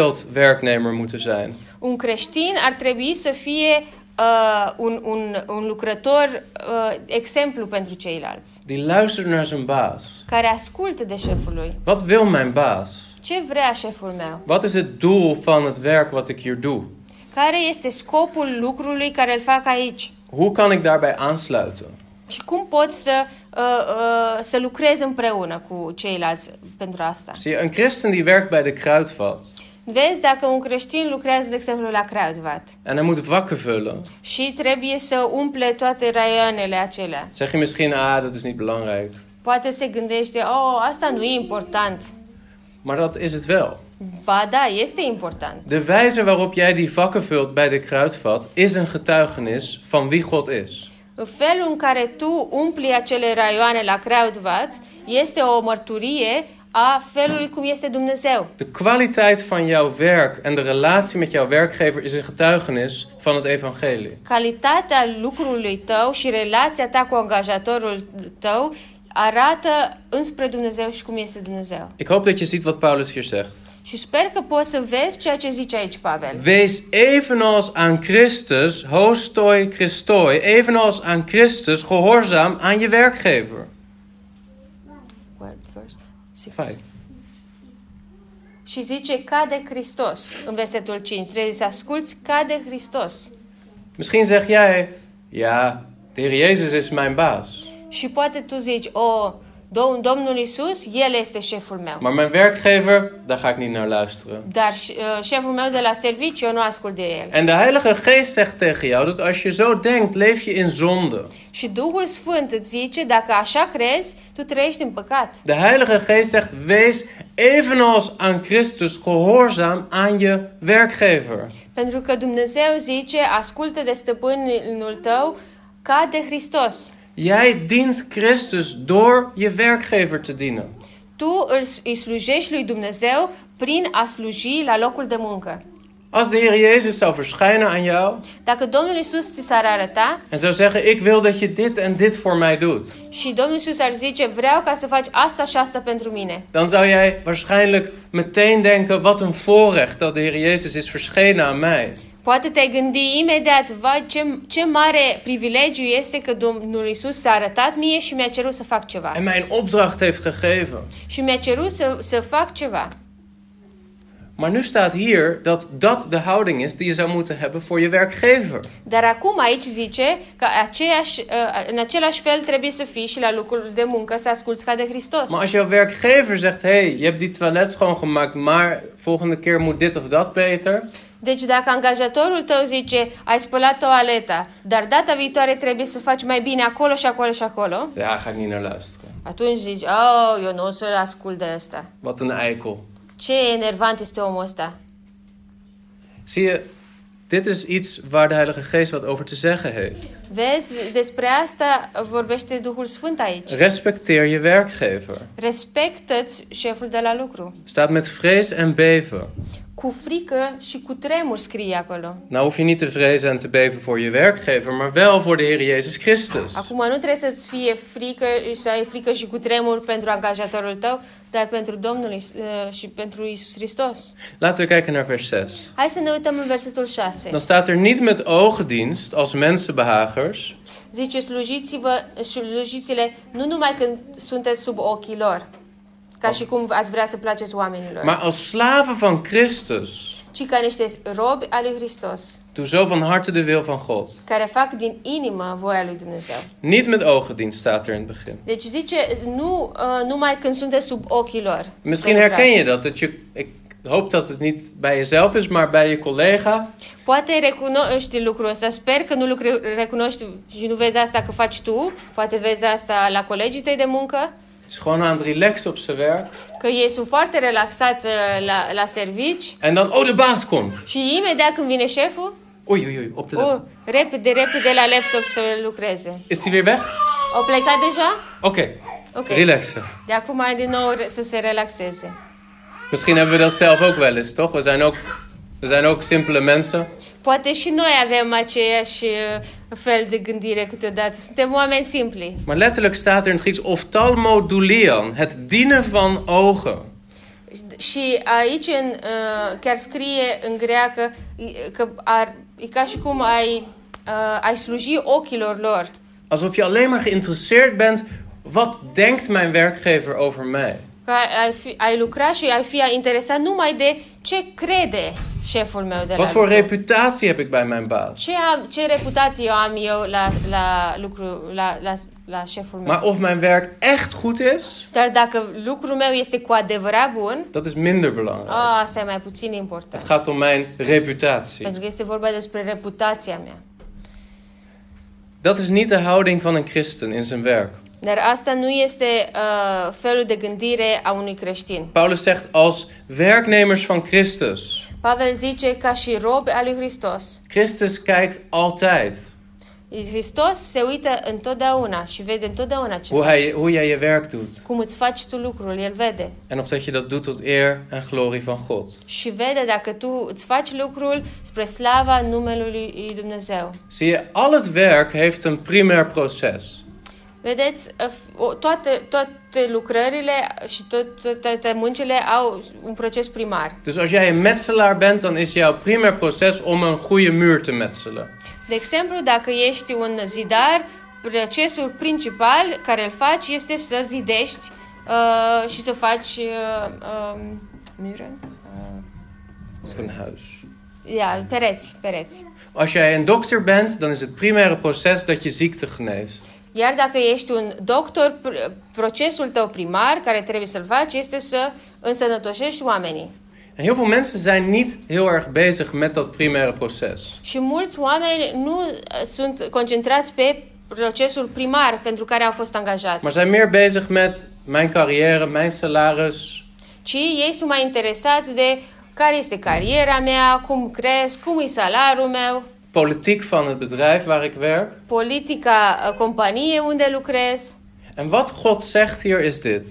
A: voorbeeldwerknemer moeten zijn.
B: Un creștin ar trebui să fie uh, un, un, un lucrător uh, exemplu pentru ceilalți,
A: Die luistert naar zijn baas.
B: care ascultă de șeful lui.
A: Wat wil mijn baas?
B: Ce vrea șeful meu?
A: Wat is het doel van het werk wat ik hier doe?
B: Care este scopul lucrului care îl fac aici?
A: Hoe kan ik daarbij aansluiten?
B: Și cum poți să, uh, uh, să lucrezi împreună cu ceilalți pentru asta?
A: Zie je, een christen die werkt bij de kruidvat
B: Vezi, dacă un creștin lucrează, de exemplu, la Krautvat
A: en hij moet vakken vullen,
B: și trebuie să umple toate raioanele acelea,
A: zeg je misschien, ah, dat is niet belangrijk.
B: poate se gândește, oh, asta nu e important.
A: Maar dat is het wel.
B: Ba da, este important.
A: De wijze waarop jij die vakken vult bij de kruidvat is een getuigenis van wie God is.
B: În felul în care tu umpli acele raioane la Krautvat este o mărturie a felului cum este Dumnezeu.
A: De kwaliteit van jouw werk en de relatie met jouw werkgever is een getuigenis van het evangelie.
B: Calitatea lucrului tău și relația ta cu angajatorul tău arată înspre Dumnezeu și cum este Dumnezeu.
A: Ik hoop dat je ziet wat Paulus hier zegt.
B: Și sper că poți să vezi ceea ce zice aici Pavel.
A: Wees evenals aan Christus, hostoi Christoi, evenals aan Christus gehoorzaam aan je werkgever.
B: Word first, six.
A: Vijf.
B: Și zice ca de Hristos în versetul 5. Trebuie să asculți ca de Hristos.
A: Misschien zeg jij, ja, de Heer Jezus is mijn baas.
B: Și poate tu zici, o, Dom- Domnul Isus, El este șeful meu.
A: Maar mijn werkgever, daar ga ik niet naar luisteren.
B: Dar uh, șeful meu de la serviciu, eu nu ascult de el.
A: En de Heilige Geest zegt tegen jou dat als je zo denkt, leef je in zonde.
B: Și Duhul Sfânt îți zice, dacă așa crezi, tu trăiești în păcat.
A: De Heilige Geest zegt: wees evenals aan Christus gehoorzaam aan je werkgever.
B: Pentru că Dumnezeu zice, ascultă de stăpânul tău ca de Hristos.
A: Jij dient Christus door je werkgever te dienen.
B: Tu îl, îi slujești lui Dumnezeu prin a sluji la locul de muncă.
A: Als de Heer Jezus zou verschijnen aan jou
B: Dacă Domnul Isus ți s-ar arăta
A: en zou zeggen: Ik wil dat je dit en dit voor mij doet,
B: și Domnul Isus ar zice, vreau ca să faci asta și asta pentru mine,
A: dan zou jij waarschijnlijk meteen denken: Wat een voorrecht dat de Heer Jezus is verschenen aan mij.
B: poate te-ai gândi imediat, vai, ce, ce mare privilegiu este că Domnul Isus s-a arătat mie și mi-a cerut să fac ceva.
A: En mij een opdracht heeft gegeven.
B: Și mi-a cerut să, să fac ceva.
A: Maar nu staat hier dat dat de houding is die je zou moeten hebben voor je werkgever.
B: Dar acum aici zice că aceeași, uh, în același fel trebuie să fii și la locul de muncă să asculți ca de Hristos.
A: Maar als jouw werkgever zegt: hé, hey, je hebt die toilet schoongemaakt, maar volgende keer moet dit of dat beter.
B: Deci dacă angajatorul tău zice, ai spălat toaleta, dar data viitoare trebuie să faci mai bine acolo și acolo și acolo,
A: Ja, ga ik niet naar luisteren.
B: atunci zici, oh, eu nu o să ascult de asta.
A: Wat een eikel.
B: Ce enervant este omul ăsta.
A: Zie je, dit is iets waar de Heilige Geest wat over te zeggen heeft.
B: Vezi, despre asta vorbește Duhul Sfânt aici.
A: Respecteer je werkgever.
B: Respectă-ți șeful de la lucru.
A: Staat met vrees en beven.
B: cu frică și cu tremur scrie acolo.
A: Nou hoef je niet te vrezen en te beven voor je werkgever, maar wel voor de Heer Jezus Christus.
B: Acum nu trebuie să-ți fie frică, să ai frică și cu tremur pentru angajatorul tău, dar pentru Domnul Is- uh, și pentru Isus Hristos.
A: Laten we kijken naar vers 6.
B: Hai să ne uităm în versetul 6.
A: Dan staat er niet met oogdienst als mensenbehagers,
B: Zice, slujiți-vă, slujiți-le nu numai când sunteți sub ochii lor, ca și cum ați vrea să placeți oamenilor,
A: maar als slaven van Christus.
B: ci ca niște robi al lui Hristos,
A: Doe zo van harte de wil van God.
B: care fac din inimă voia lui Dumnezeu.
A: Niet met oogdienst staat er in het begin.
B: Deci zice, nu uh, numai când sunteți sub ochii lor.
A: Misschien
B: Să lucrați.
A: herken je dat. dat je, ik hoop dat het niet bij jezelf is, maar bij je collega.
B: Poate recunoști lucrul ăsta. Sper că nu lucru recunoști și nu vezi asta că faci tu. Poate vezi asta la colegii tăi de muncă.
A: Is gewoon aan het relaxen op zijn werk.
B: Că ei sunt foarte relaxați uh, la, la servici.
A: En dan, oh, de baas komt.
B: Și imediat când vine șeful,
A: Oei, oei, oei, op de
B: o,
A: laptop.
B: repede, repede la laptop să lucreze.
A: Is die weer weg?
B: Au plecat deja?
A: Oké,
B: Oké.
A: relaxen.
B: De acum ai din nou re- să se relaxeze.
A: Misschien hebben we dat zelf ook wel eens, toch? We zijn ook, we zijn ook simpele mensen.
B: Poate și noi avem aceeași uh, fel de gândire câteodată. Suntem oameni simpli.
A: Maar letterlijk staat er in het Grieks oftalmodoulian, het dienen van ogen.
B: Și aici în, uh, chiar scrie în greacă i- că ar, e ca și cum ai, uh, ai sluji ochilor lor.
A: Alsof je alleen maar geïnteresseerd bent, wat denkt mijn werkgever over mij?
B: Că ai, ai, fi, ai lucra și ai fi interesat numai de ce crede șeful meu de la
A: Wat voor
B: lucru.
A: reputatie heb ik bij mijn baas?
B: ce, am, ce reputație am eu la, la, lucru, la, la, la șeful meu.
A: Maar of mijn werk echt goed is,
B: Dar dacă lucrul meu este cu adevărat bun,
A: dat is minder belangrijk.
B: a, asta e mai puțin
A: Het
B: important.
A: gaat om mijn reputatie.
B: Pentru că este vorba despre reputația mea.
A: Dat is niet de houding van een christen in zijn werk.
B: Dar asta nu este uh, felul de gândire a unui creștin.
A: Paulus zegt als werknemers van Christus.
B: Pavel zice ca și robi al lui Hristos.
A: Christus kijkt altijd
B: Hristos se uită întotdeauna și vede întotdeauna ce
A: hoe,
B: faci.
A: hij, hoe jij je werk doet.
B: Cum îți faci tu lucrul, El vede.
A: En of dat je dat doet tot eer en glorie van God.
B: Și vede dacă tu îți faci lucrul spre slava numelui lui Dumnezeu.
A: Zie je, al het werk heeft een primair proces.
B: Vedeți, f- o- toate, toate lucrările și tot, tot- toate muncile au un proces primar.
A: Dus als jij een metselaar bent, dan is jouw primair proces om een goede muur te metselen.
B: De exemplu, dacă ești un zidar, procesul principal care îl faci este să zidești uh, și să faci uh, um, mură?
A: Of een huis.
B: Ia, pereți, pereți.
A: Als jij een dokter bent, dan is het primaire proces dat je ziekte geneest.
B: Iar dacă ești un doctor, pr- procesul tău primar care trebuie să-l faci este să însănătoșești oamenii.
A: En heel veel mensen zijn niet heel erg bezig met dat primaire proces.
B: Și mulți oameni nu uh, sunt concentrați pe procesul primar pentru care au fost
A: Maar
B: angajați,
A: zijn meer bezig met mijn carrière, mijn salaris.
B: ci ei sunt mai interesați de care este cariera mea, cum cresc, cum e salariul meu,
A: politiek van het bedrijf waar ik werk.
B: politica uh, companiei unde lucrez.
A: En wat God zegt hier is dit: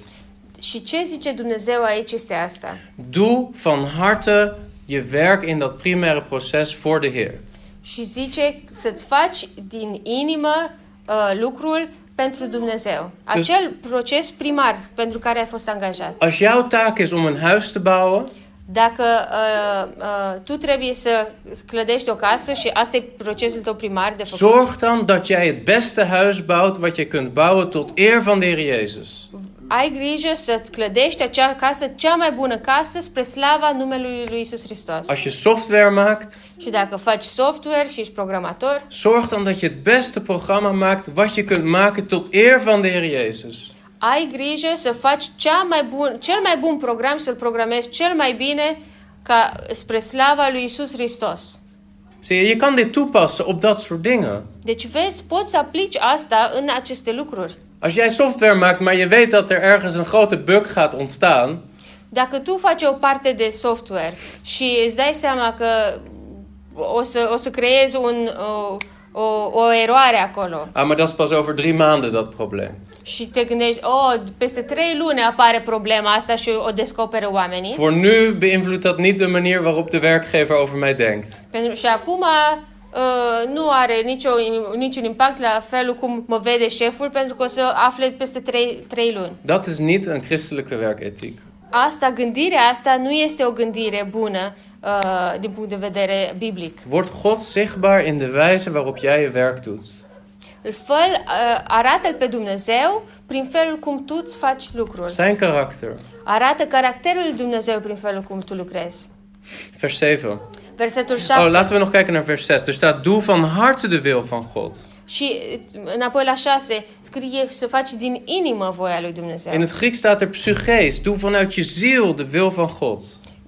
B: Și ce zice Dumnezeu aici este asta.
A: Doe van harte je werk in dat primaire proces voor de Heer.
B: Și zice să-ți faci din inimă uh, lucrul pentru Dumnezeu. Acel proces primar pentru care ai fost angajat.
A: Als jouw taak is om een huis te bouwen,
B: Dacă uh, uh, tu trebuie să clădești o casă și asta e procesul tău primar de făcut,
A: zorg dan dat jij het beste huis bouwt wat je kunt bouwen tot eer van de Heer Jezus.
B: ai grijă să clădești acea casă, cea mai bună casă, spre slava numelui lui Isus Hristos.
A: Als je software maakt,
B: Și dacă faci software și ești programator,
A: zorg dan dat je het beste programma maakt wat je kunt maken tot eer van de Heer Jezus.
B: ai grijă să faci cea mai bun, cel mai bun program, să-l programezi cel mai bine ca spre slava lui Isus Hristos.
A: Zie je, je kan dit toepassen op dat soort dingen.
B: Deci vezi, poți să aplici asta în aceste lucruri.
A: Als jij software maakt, maar je weet dat er ergens een grote bug gaat ontstaan,
B: Dacă tu faci o parte de software și îți dai seama că o să, o să creezi un, o, o, o eroare acolo.
A: Ah, maar dat is pas over drie maanden dat probleem.
B: Și te gândești, oh, peste trei luni apare problema asta și o descoperă oamenii.
A: Voor nu beïnvloedt dat niet de manier waarop de werkgever over mij denkt.
B: Pentru, și acum uh, nu are nicio, niciun impact la felul cum mă vede șeful, pentru că o să afle peste trei, trei luni.
A: Dat is niet een christelijke werkethiek.
B: Asta, gândirea asta nu este o gândire bună uh, din punct de vedere biblic.
A: Wordt God zichtbaar in de wijze waarop jij je werk doet?
B: Îl fă, uh, arată-l pe Dumnezeu prin felul cum tu îți faci lucrul.
A: Zijn karakter.
B: Arată caracterul lui Dumnezeu prin felul cum tu lucrezi.
A: Vers 7.
B: Versetul 7
A: Oh, laten we nog kijken naar vers 6. Er staat: Doe van harte de wil van God.
B: și uh, înapoi la 6 scrie să faci din inimă voia lui Dumnezeu.
A: In het Grieks staat er psychees. Doe vanuit je ziel de wil van God.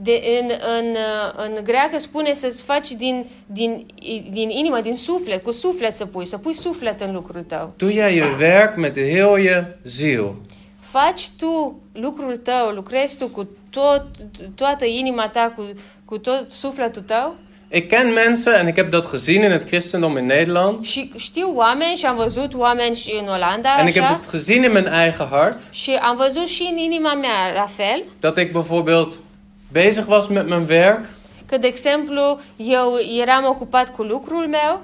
B: De, în, în, uh, în greacă spune să-ți faci din, din, i- din inimă, din suflet, cu suflet să pui, să pui suflet în lucrul tău.
A: Doe jij je werk met heel je ziel.
B: Faci tu lucrul tău, lucrezi tu cu tot, toată inima ta, cu, cu tot sufletul tău.
A: Ik ken mensen, en ik heb dat gezien in het christendom in Nederland.
B: Și știu oameni și am văzut oameni și în Olanda,
A: En ik heb
B: așa,
A: het gezien in mijn eigen hart.
B: și am văzut și în inima mea la fel.
A: Dat ik bijvoorbeeld bezig was met mijn werk.
B: Că, de exemplu, eu eram ocupat cu lucrul meu,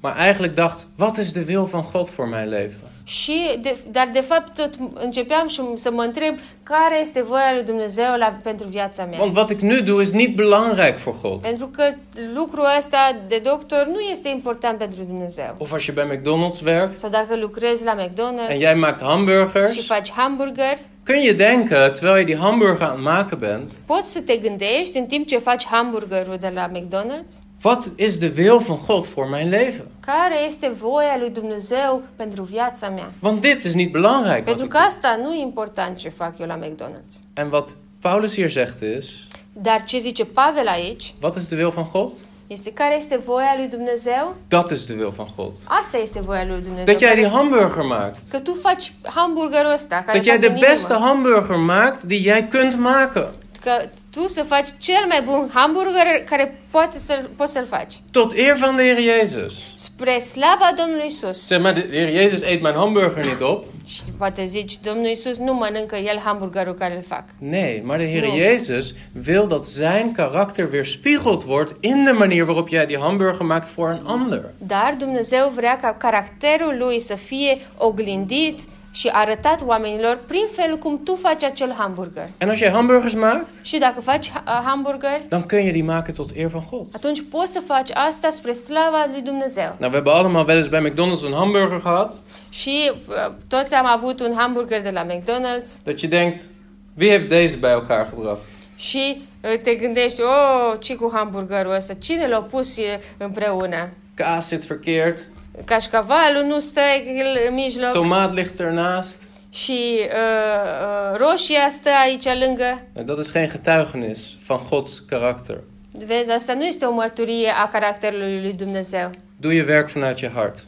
A: Maar eigenlijk dacht, wat is de wil van God voor mijn leven?
B: și de, dar de fapt tot începeam și să mă întreb care este voia lui Dumnezeu la, pentru viața mea.
A: Want wat ik nu doe is niet belangrijk voor God.
B: Pentru că lucrul ăsta de doctor nu este important pentru Dumnezeu.
A: Of als je bij McDonald's werkt
B: Sau dacă lucrezi la
A: en
B: McDonald's
A: jij maakt
B: și
A: hamburgers.
B: faci hamburger,
A: Kun je denken, terwijl je die hamburger aan het maken bent...
B: poți să te gândești în timp ce faci hamburgerul de la McDonald's
A: Wat is de wil van God voor mijn leven?
B: care este voia lui Dumnezeu pentru viața mea.
A: Want dit is niet belangrijk. wat
B: Pentru
A: ik
B: că asta nu e important ce fac eu la McDonald's.
A: doe. En wat Paulus hier zegt is:
B: Dar ce zice Pavel aici
A: wat is de wil van God?
B: este care este voia lui Dumnezeu?
A: Dat is de wil van God.
B: Asta este voia lui Dumnezeu.
A: Dat jij die hamburger maakt.
B: Că tu faci hamburgerul ăsta care
A: Dat jij
B: fac
A: de
B: din inimă.
A: beste hamburger maakt die jij kunt maken.
B: Că tu să faci cel mai bun hamburger care poate să poți să-l faci.
A: Tot eer van de Heer Jezus.
B: Spre slava Domnului Isus.
A: Zeg maar, de Heer Jezus eet mijn hamburger niet op.
B: Și poate zici, Domnul Isus nu mănâncă el hamburgerul care îl fac.
A: Nee, maar de Heer
B: Nee.
A: Jezus wil dat zijn karakter weerspiegeld wordt in de manier waarop jij die hamburger maakt voor een ander.
B: Dar Dumnezeu vrea ca caracterul lui să fie oglindit și arătat oamenilor prin felul cum tu faci acel hamburger.
A: En als jij hamburgers maakt,
B: Și dacă faci ha- hamburger,
A: dan kun je die maken tot eer van God.
B: atunci poți să faci asta spre slava lui Dumnezeu.
A: Nou, we hebben allemaal wel eens bij McDonald's een hamburger gehad.
B: Și uh, toți am avut un hamburger de la McDonald's
A: Dat je denkt, wie heeft deze bij elkaar gebracht?
B: și uh, te gândești, oh, ce cu hamburgerul ăsta? Cine l-a pus uh, împreună?
A: Kaas zit verkeerd,
B: Cașcavalul nu stă în mijloc
A: tomaat ligt ernaast.
B: și uh, uh, roșia stă aici lângă.
A: Nou, dat is geen getuigenis van Gods karakter.
B: Vezi, asta nu este o mărturie a caracterului lui Dumnezeu.
A: Doe je werk vanuit je hart.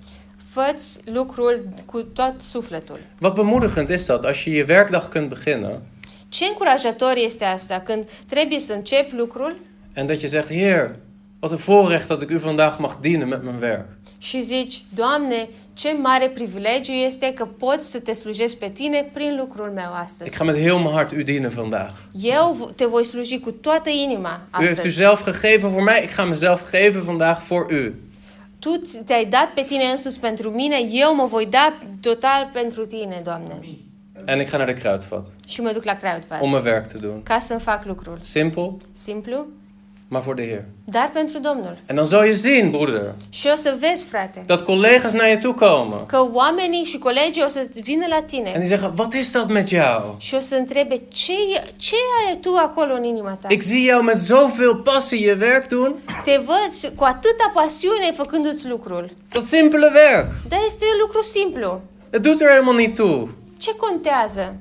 B: Făți lucrul cu tot sufletul.
A: Wat bemoedigend is dat als je je werkdag kunt beginnen
B: Ce încurajator este asta când trebuie să începi lucrul
A: en dat je zegt: Heer, wat een voorrecht dat ik u vandaag mag dienen met mijn werk.
B: și zici, Doamne, ce mare privilegiu este că pot să te slujesc pe tine prin lucrul meu
A: Ik
B: astăzi.
A: ga met heel mijn hart u dienen vandaag.
B: Eu v- te voi sluji cu toată inima
A: U heeft
B: astăzi.
A: uzelf gegeven voor mij, ik ga mezelf geven vandaag voor u.
B: Tu ți- te-ai dat pe tine însuți pentru mine, eu mă voi da total pentru tine, Doamne.
A: En ik ga naar de kruidvat
B: Și mă duc la Craiodvat
A: om mijn werk te doen.
B: ca să-mi fac lucrul.
A: Simpel,
B: Simplu,
A: maar voor de Heer.
B: dar pentru Domnul.
A: En dan zal je zien, broeder,
B: Și o să vezi, frate,
A: dat collega's naar je toe komen.
B: că oamenii și colegii o să vină la
A: En
B: tine
A: die zeggen: Wat is dat met jou?
B: și o să întrebe ce, e- ce ai tu acolo în inima ta.
A: Ik zie jou met zoveel passie je werk doen.
B: Te văd cu atâta pasiune făcându-ți lucrul.
A: Dat simpele werk.
B: Dar este lucru simplu.
A: Het doet er helemaal niet toe.
B: Ce contează?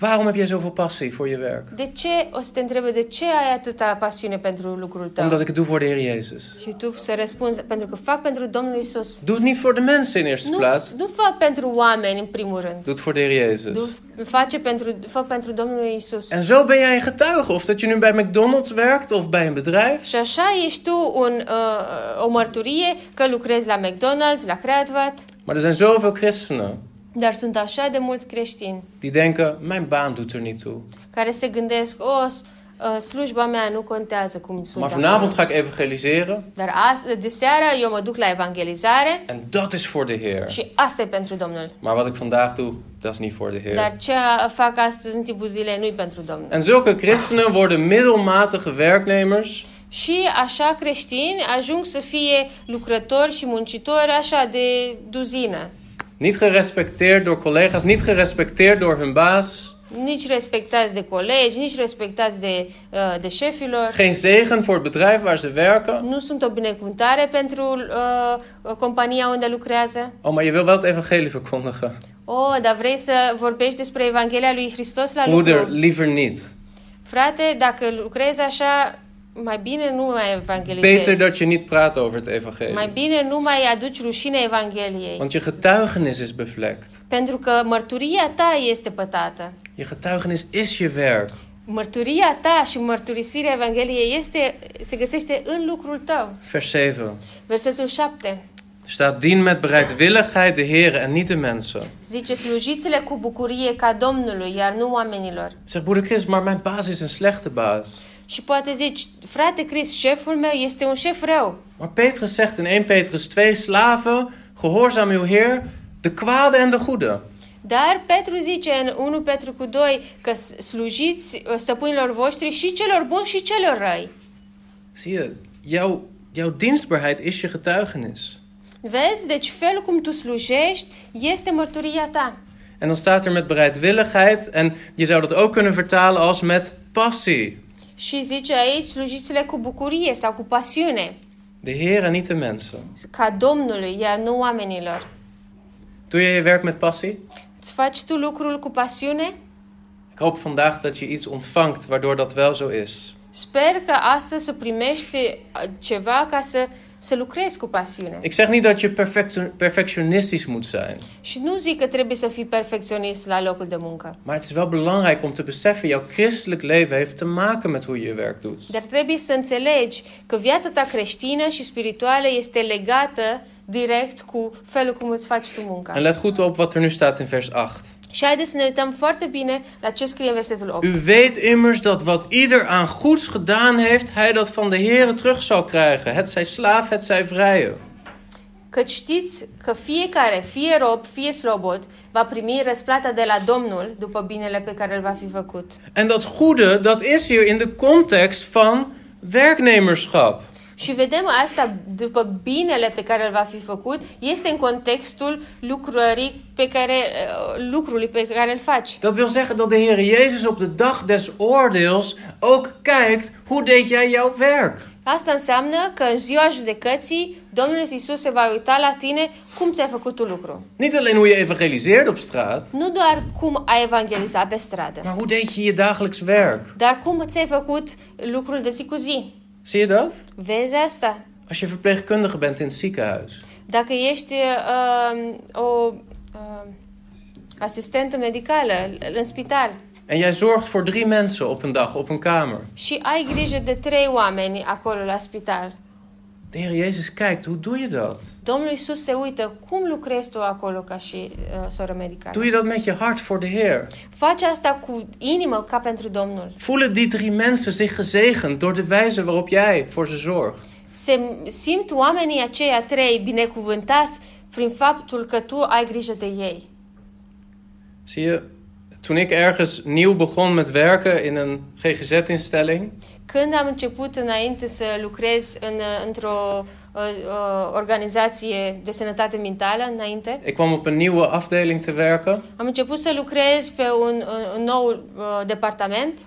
A: Waarom heb jij zoveel passie voor je werk?
B: De ce, o să te întrebe, de ce ai atâta pasiune pentru lucrul tău?
A: Omdat ik het doe voor de Heer Jezus.
B: Și tu să răspunzi, pentru că fac pentru Domnul Isus.
A: Doe het niet voor de mensen in eerste
B: Nu,
A: plaats.
B: nu fac pentru oameni, în primul rând.
A: Doe het voor de Heer Jezus.
B: Du- face pentru, fac pentru Domnul Isus.
A: En zo ben jij een getuige. Of dat je nu bij McDonald's werkt of bij een bedrijf.
B: Și așa ești tu un, uh, o mărturie că lucrezi la McDonald's, la Kratvat,
A: Maar er zijn zoveel christenen
B: dar sunt așa de mulți creștini
A: die denken: mijn baan doet er niet toe.
B: care se gândesc, o, s- uh, slujba mea nu contează cum sunt
A: Maar
B: acum."
A: vanavond ga ik evangeliseren.
B: Dar azi, de seara eu mă duc la evangelizare
A: En dat is voor de Heer.
B: și asta e pentru Domnul.
A: Maar wat ik vandaag doe, dat is niet voor de Heer.
B: Dar ce a- fac astăzi în timpul zilei nu-i pentru Domnul.
A: En zulke christenen worden middelmatige werknemers.
B: Și așa creștini ajung să fie lucrători și muncitori așa de duzină.
A: Niet gerespecteerd door collega's, niet gerespecteerd door hun baas.
B: Nici respectați de colegi, nici respectați de, uh, de șefilor.
A: Geen zegen voor het bedrijf waar ze werken.
B: Nu sunt o binecuvântare pentru uh, compania unde lucrează.
A: Oh, maar je wil wel het evangelie verkondigen.
B: Oh, dar vrei să vorbești despre Evanghelia lui Hristos la
A: Broeder,
B: lucru?
A: liever niet.
B: Frate, dacă lucrezi așa, mai bine nu mai
A: Beter
B: evangelizezi.
A: dat je niet praat over het
B: Mai
A: evangelie.
B: bine nu mai aduci rușine Evangheliei.
A: Want je getuigenis is bevlekt.
B: Pentru că mărturia ta este pătată.
A: Je getuigenis is je werk.
B: Mărturia ta și mărturisirea Evangheliei este, se găsește în lucrul tău.
A: Vers 7.
B: Versetul 7
A: Er staat, dien met bereidwilligheid de Heer en niet de mensen.
B: zice, slujiți-le cu bucurie ca Domnului, iar nu oamenilor.
A: Zegt broeder Chris, maar mijn baas is een slechte baas.
B: Și poate zici, frate Chris, șeful meu este un șef rău.
A: Maar Petrus zegt in 1 Petrus 2, slaven, gehoorzaam uw Heer, de kwade en de goede.
B: Dar Petru zice în 1 Petru cu 2 că s- slujiți uh, stăpânilor voștri și celor buni și celor răi.
A: Zie je, jouw, jouw dienstbaarheid is je getuigenis.
B: Vezi? Deci felul cum tu slujești este mărturia ta.
A: En dan staat er met bereidwilligheid en je zou dat ook kunnen vertalen als met passie.
B: Și zice aici, slujiți-le cu bucurie sau cu pasiune,
A: De Heer en niet de mensen.
B: ca Domnului, iar nu oamenilor.
A: Doe jij je werk met passie?
B: Îți faci tu lucrul cu pasiune?
A: Ik hoop vandaag dat je iets ontvangt waardoor dat wel zo is.
B: Sper că astăzi să primești uh, ceva ca să, să lucrezi cu pasiune.
A: Ik zeg niet dat je perfecto- perfectionistisch moet zijn.
B: Și nu zic că trebuie să fii perfecționist la locul de muncă.
A: Maar het is wel belangrijk om te beseffen, jouw christelijk leven heeft te maken met hoe je je werk doet.
B: Dar trebuie să înțelegi că viața ta creștină și spirituală este legată direct cu felul cum îți faci tu
A: En
B: munca.
A: let goed op wat er nu staat in vers 8.
B: Și haideți să ne uităm foarte bine la ce scrie în versetul 8.
A: U weet immers dat wat ieder aan goeds gedaan heeft, hij dat van de Here terug zal krijgen. Het zij slaaf, het zij vrije.
B: Că știți că fiecare, fie rob, fie slobod, va primi răsplata de la Domnul după binele pe care îl va fi făcut.
A: En dat goede, dat is hier in de context van werknemerschap.
B: Și vedem asta după binele pe care îl va fi făcut, este în contextul lucrării pe care, uh, lucrului pe care îl faci.
A: Dat wil zeggen dat de Heer Jezus op de dag des oordeels ook kijkt hoe deed jij jouw werk.
B: Asta înseamnă că în ziua judecății, Domnul Isus se va uita la tine cum ți-ai făcut tu lucru.
A: Niet alleen hoe je evangeliseerde op straat,
B: Nu doar cum ai evangelizat pe stradă,
A: maar hoe deed je je dagelijks werk.
B: dar cum ți-ai făcut lucrul de zi cu zi.
A: Zie je dat?
B: Vezi asta?
A: Als je verpleegkundige bent in het ziekenhuis.
B: Dacă ești uh, o uh, asistentă medicală în spital
A: En jij zorgt voor drie mensen op een dag op een kamer.
B: și ai grijă de trei oameni acolo la spital,
A: De Heer Jezus kijkt, hoe doe je dat?
B: Domnul Isus se uită cum lucrezi tu acolo ca și uh, soră medicală.
A: Doe je dat met je hart voor de Heer?
B: Faci asta cu inimă ca pentru Domnul.
A: Voelen die drie mensen zich gezegend door de wijze waarop jij voor ze zorgt?
B: se simt oamenii aceia trei binecuvântați prin faptul că tu ai grijă de ei.
A: Zie je, toen ik ergens nieuw begon met werken in een GGZ-instelling,
B: Când am început înainte să lucrez în, uh, într-o uh, uh, organizație de sănătate mentală, înainte,
A: ik kwam op een nieuwe afdeling te werken.
B: am început să lucrez pe un, un, un nou uh, departament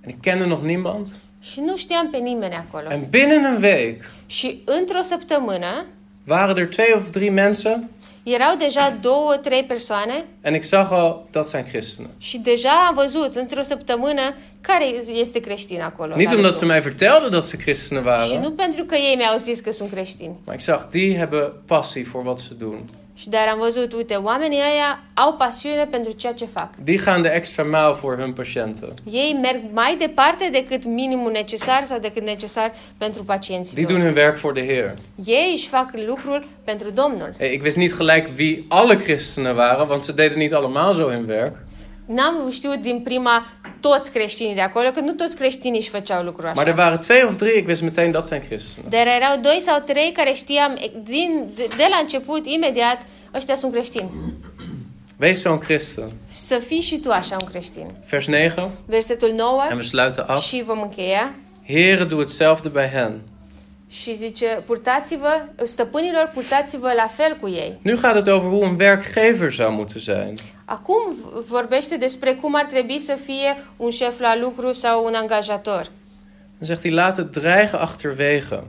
A: En ik kende nog niemand.
B: și nu știam pe nimeni acolo.
A: En binnen een week
B: Și într-o săptămână
A: waren er twee of drie mensen
B: Erau deja două, trei persoane
A: En ik zag al, dat zijn christenen.
B: și deja am văzut într-o săptămână care este creștin acolo.
A: Niet
B: la
A: omdat
B: lucru.
A: ze mij vertelden dat ze christenen
B: Și
A: waren.
B: nu pentru că ei mi-au zis că sunt creștini.
A: Maar ik zag, die hebben passie voor wat ze doen.
B: Și dar am văzut, uite, oamenii ăia au pasiune pentru ceea ce fac.
A: Die gaan de extra mijl voor hun patiënten.
B: Ei merg mai departe decât minimul necesar sau decât necesar pentru pacienții
A: Die doen
B: lor.
A: hun werk voor de Heer.
B: Ei își fac lucrul pentru Domnul.
A: Eh, Ik wist niet gelijk wie alle christenen waren, want ze deden niet allemaal zo hun werk.
B: N-am știut din prima toți creștinii de acolo, că nu toți creștinii își făceau lucrul așa.
A: Maar er waren twee of drie, ik wist meteen dat zijn christenen.
B: Dar erau doi sau trei care știam e- din, de, de la început, imediat, ăștia sunt creștini.
A: Wees zo'n christen.
B: Să fii și tu așa un creștin.
A: Vers 9,
B: Versetul 9
A: en we sluiten af.
B: și vom încheia.
A: Heren, doe hetzelfde bij hen.
B: Și zice, purtați-vă, stăpânilor, purtați-vă la fel cu ei.
A: Nu gaat het over hoe een werkgever zou moeten zijn.
B: Acum v- vorbește despre cum ar trebui să fie un șef la lucru sau un angajator.
A: Dan zegt hij, laat het dreigen achterwege.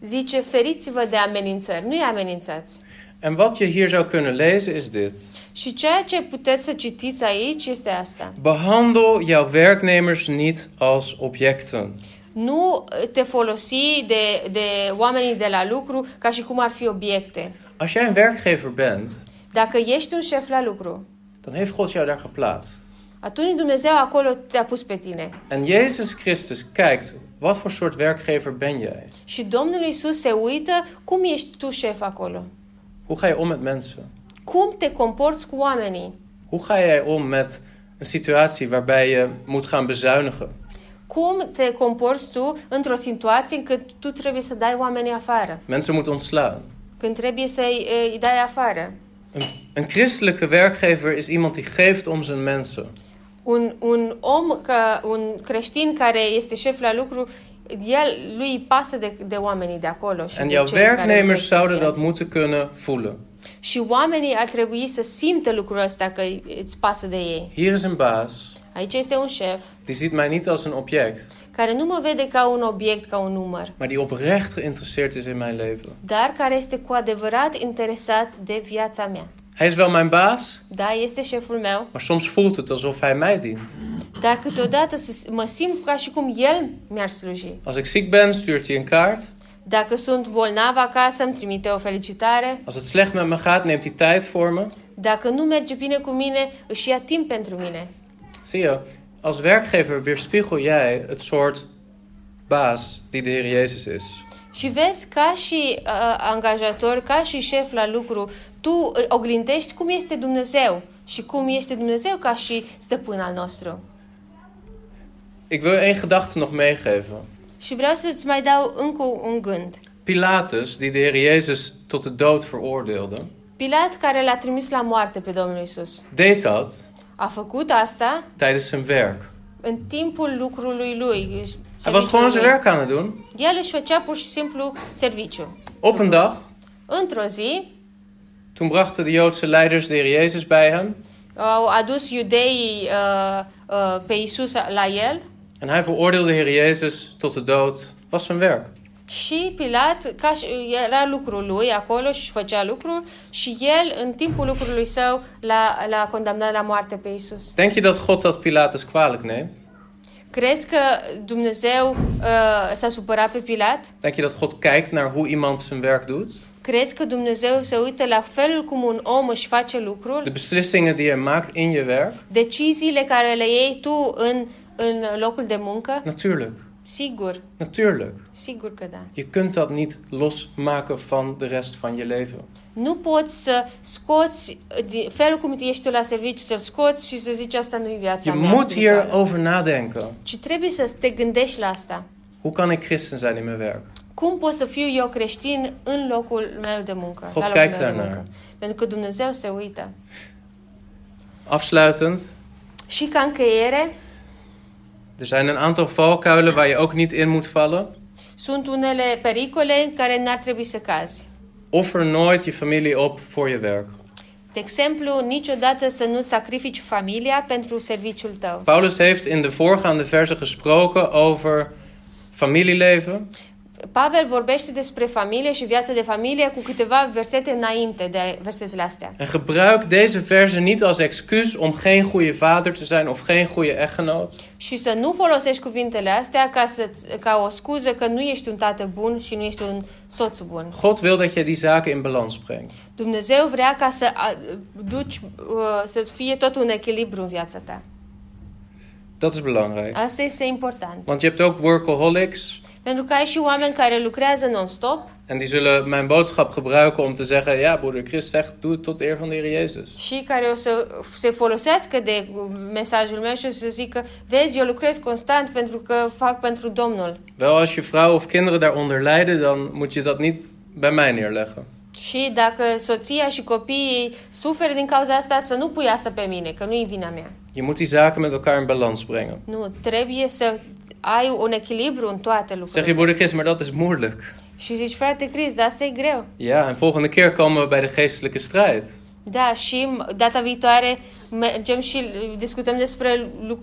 B: Zice, feriți-vă de amenințări, nu-i amenințați.
A: En wat je hier zou kunnen lezen is dit.
B: Și ceea ce puteți să citiți aici este asta.
A: Behandel jouw werknemers niet als objecten.
B: Nu te folosi de, de oamenii de la lucru ca și cum ar fi obiecte.
A: Als jij een werkgever bent,
B: Dacă ești un șef la lucru,
A: dan heeft God jou daar geplaatst.
B: atunci Dumnezeu acolo te-a pus pe tine.
A: En Jezus Christus kijkt, wat voor soort werkgever ben jij?
B: Și Domnul Isus se uită cum ești tu șef acolo.
A: Hoe ga je om met mensen?
B: Cum te comporți cu oamenii?
A: Hoe ga jij om met een situatie waarbij je moet gaan bezuinigen?
B: Cum te comporți tu într-o situație în când tu trebuie să dai oamenii afară?
A: Mensen moeten ontslaan.
B: Când trebuie să-i eh, îi dai afară?
A: Een, een christelijke werkgever is iemand die geeft om zijn mensen.
B: Un, un om, că, un creștin care este șef la lucru, el lui îi pasă de, de oamenii de acolo. Și,
A: En
B: de
A: jouw
B: cei care lucrează
A: werknemers
B: cu
A: zouden
B: el.
A: dat moeten kunnen voelen.
B: și oamenii ar trebui să simtă lucrul ăsta că îi- îți pasă de ei.
A: Hier is een baas,
B: Aici este un șef
A: die ziet mij niet als een object,
B: care nu mă vede ca un obiect, ca un număr,
A: maar die oprecht geïnteresseerd is in mijn leven.
B: dar care este cu adevărat interesat de viața mea.
A: Hij is wel mijn baas,
B: Da, este șeful meu,
A: maar soms voelt het alsof hij mij dient.
B: Dar câteodată să- mă simt ca și cum el mi-ar sluji.
A: Als ik ziek ben, stuurt hij een kaart.
B: Dacă sunt bolnav acasă, îmi trimite o felicitare.
A: Als het slecht met me gaat, neemt hij tijd voor me.
B: Dacă nu merge bine cu mine, își ia timp pentru mine.
A: Zie je, als werkgever weerspiegel jij het soort baas die de Heer Jezus is.
B: Și vezi, ca și uh, angajator, ca și șef la lucru, tu uh, oglindești cum este Dumnezeu și cum este Dumnezeu ca și stăpân al nostru.
A: Ik wil één gedachte nog meegeven.
B: Și vreau să-ți mai dau încă un gând.
A: Pilatus, die de Heer Jezus tot de dood veroordeelde,
B: Pilat, care l-a trimis la moarte pe Domnul Isus,
A: deed dat
B: a făcut asta
A: tijdens zijn werk.
B: în timpul lucrului lui.
A: Hij was gewoon zijn
B: lui.
A: werk aan het doen.
B: El își făcea pur și simplu serviciu.
A: Op een dag,
B: Într-o zi
A: toen brachten de Joodse leiders de Heer Jezus bij hem
B: au adus iudeii uh, uh, pe Isus la el
A: en hij veroordeelde de Heer Jezus tot de dood. Was zijn werk.
B: și Pilat ca și, era lucrul lui acolo și făcea lucrul și el în timpul lucrului său l-a, l-a condamnat la moarte pe Isus.
A: Denk je dat God dat Pilatus kwalijk neemt?
B: Crezi că Dumnezeu uh, s-a supărat pe Pilat?
A: Denk je dat God kijkt naar hoe iemand zijn werk doet?
B: Crezi că Dumnezeu se uită la felul cum un om își face
A: De
B: lucrul?
A: beslissingen die je maakt in je werk?
B: Deciziile care le iei tu în, în locul de muncă?
A: Natuurlijk,
B: Sigur,
A: natuurlijk.
B: sigur că da.
A: Je kunt dat niet losmaken van de rest van je leven.
B: Nu poți să scoți uh, din- felul cum ești tu la serviciu, să-l scoți și să zici asta nu-i viața
A: Je
B: mea
A: moet
B: spirituală."
A: hierover nadenken.
B: Ci trebuie să te gândești la asta.
A: Hoe kan ik christen zijn in mijn werk?
B: Cum pot să fiu eu creștin în locul meu de muncă?
A: God
B: la locul
A: kijkt
B: meu de
A: daarnaar.
B: muncă? Pentru că Dumnezeu se uită.
A: Afsluitend,
B: Și ca încheiere,
A: er zijn een aantal valkuilen waar je ook niet in moet vallen.
B: sunt unele pericole în care n-ar trebui să cazi.
A: Offer nooit je familie op voor je werk.
B: De exemplu, niciodată să nu sacrifici familia pentru serviciul tău.
A: Paulus heeft in de voorgaande versen gesproken over familieleven,
B: Pavel vorbește despre familie și viața de familie cu câteva versete înainte de versetele astea.
A: En gebruik deze verzen niet als excuus om geen goede vader te zijn of geen goede echtgenoot.
B: Și să nu folosești cuvintele astea ca, să, ca o scuză că nu ești un tată bun și nu ești un soț bun.
A: God wil dat jij die zaken in balans brengt.
B: Dumnezeu vrea ca să a- duci, uh, să fie tot un echilibru în viața ta.
A: Dat is belangrijk.
B: Asta este important.
A: Want je hebt ook workaholics.
B: Pentru că ai și oameni care lucrează non-stop
A: En die zullen mijn boodschap gebruiken om te zeggen: Ja, broeder Christ zegt, doe het tot eer van de Heer Jezus.
B: și care o să se folosească de mesajul meu și o să zică, vezi, eu lucrez constant pentru că fac pentru Domnul.
A: Wel, als je vrouw of kinderen daaronder lijden, dan moet je dat niet bij mij neerleggen.
B: Și dacă soția și copiii suferă din cauza asta, să nu pui asta pe mine, că nu e vina mea.
A: Je moet die zaken met elkaar in balans brengen.
B: Nu, trebuie să ai un echilibru în toate
A: Zeg je,
B: lucrurile.
A: broeder Chris, maar dat is moeilijk.
B: Și zici, frate Chris, dar asta e greu.
A: Ja, en volgende keer komen we bij de geestelijke strijd.
B: Da, și data viitoare mergem și discutăm despre lu-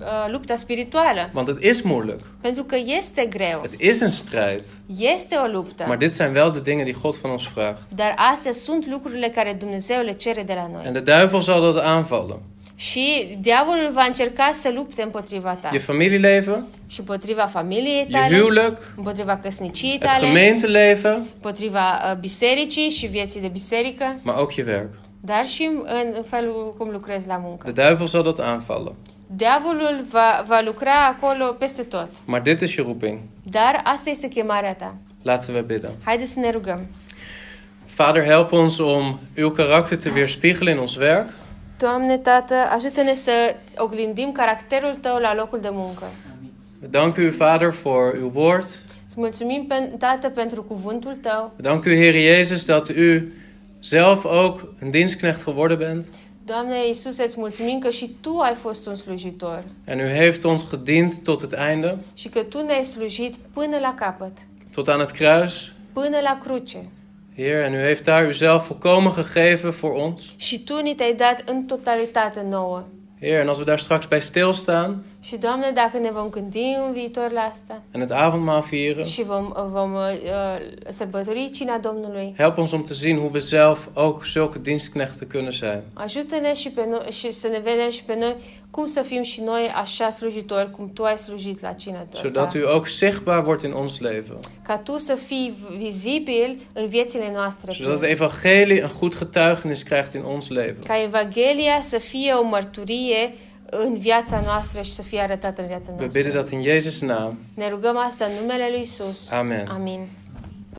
B: uh, lupta spirituală.
A: Want het is moeilijk.
B: Pentru că este greu.
A: Het is een strijd.
B: Este o luptă.
A: Maar dit zijn wel de dingen die God van ons vraagt.
B: Dar astea sunt lucrurile care Dumnezeu le cere de la noi.
A: En de duivel zal dat aanvallen.
B: Și diavolul va încerca să lupte împotriva ta.
A: Je familieleven,
B: Și împotriva familiei
A: je
B: tale.
A: huwelijk,
B: împotriva căsniciei
A: het
B: tale,
A: gemeenteleven,
B: împotriva uh, bisericii și vieții de biserică,
A: maar ook je werk.
B: dar și în- în felul cum lucrezi la muncă.
A: De duivel zal dat aanvallen.
B: Diavolul va, va lucra acolo peste tot,
A: Maar dit is je roeping.
B: dar asta este chemarea ta.
A: Laten we bidden.
B: Haideți să ne rugăm.
A: Vader, help ons om uw karakter te weerspiegelen in ons werk.
B: Doamne, Tată, ajută-ne să oglindim caracterul Tău la locul de muncă.
A: We danken u, Vader, voor uw woord.
B: Îți mulțumim, pen- Tată, pentru cuvântul Tău.
A: We danken u, Heer Jezus, dat u zelf ook een dienstknecht geworden bent.
B: Doamne Iisuse, îți mulțumim că și Tu ai fost un slujitor
A: En u heeft ons gediend tot het einde,
B: și că Tu ne-ai slujit până la capăt,
A: tot aan het kruis.
B: până la cruce.
A: Heer, en u heeft daar uzelf volkomen gegeven voor ons.
B: Și tu ni te-ai dat în totalitate nouă.
A: Heer, en als we daar straks bij stilstaan
B: Și, Doamne, dacă ne vom gândi în viitor la asta
A: en het avondmaal vieren,
B: și vom, vom uh, uh, sărbători cina Domnului,
A: help ons om te zien hoe we zelf ook zulke dienstknechten kunnen zijn.
B: ajută-ne și, pe noi, și să ne vedem și pe noi cum să fim și noi așa slujitori, cum Tu ai slujit la cina ta.
A: Zodat u ook zichtbaar wordt in ons leven.
B: Ca Tu să fii vizibil în viețile noastre.
A: Zodat het evangelie een goed getuigenis krijgt in ons leven.
B: Ca Evanghelia să fie o mărturie în viața noastră și să fie arătată în viața
A: We
B: noastră.
A: bidden dat in Jezus' naam.
B: Ne rugăm asta în numele Lui Isus.
A: Amen.
B: Amin.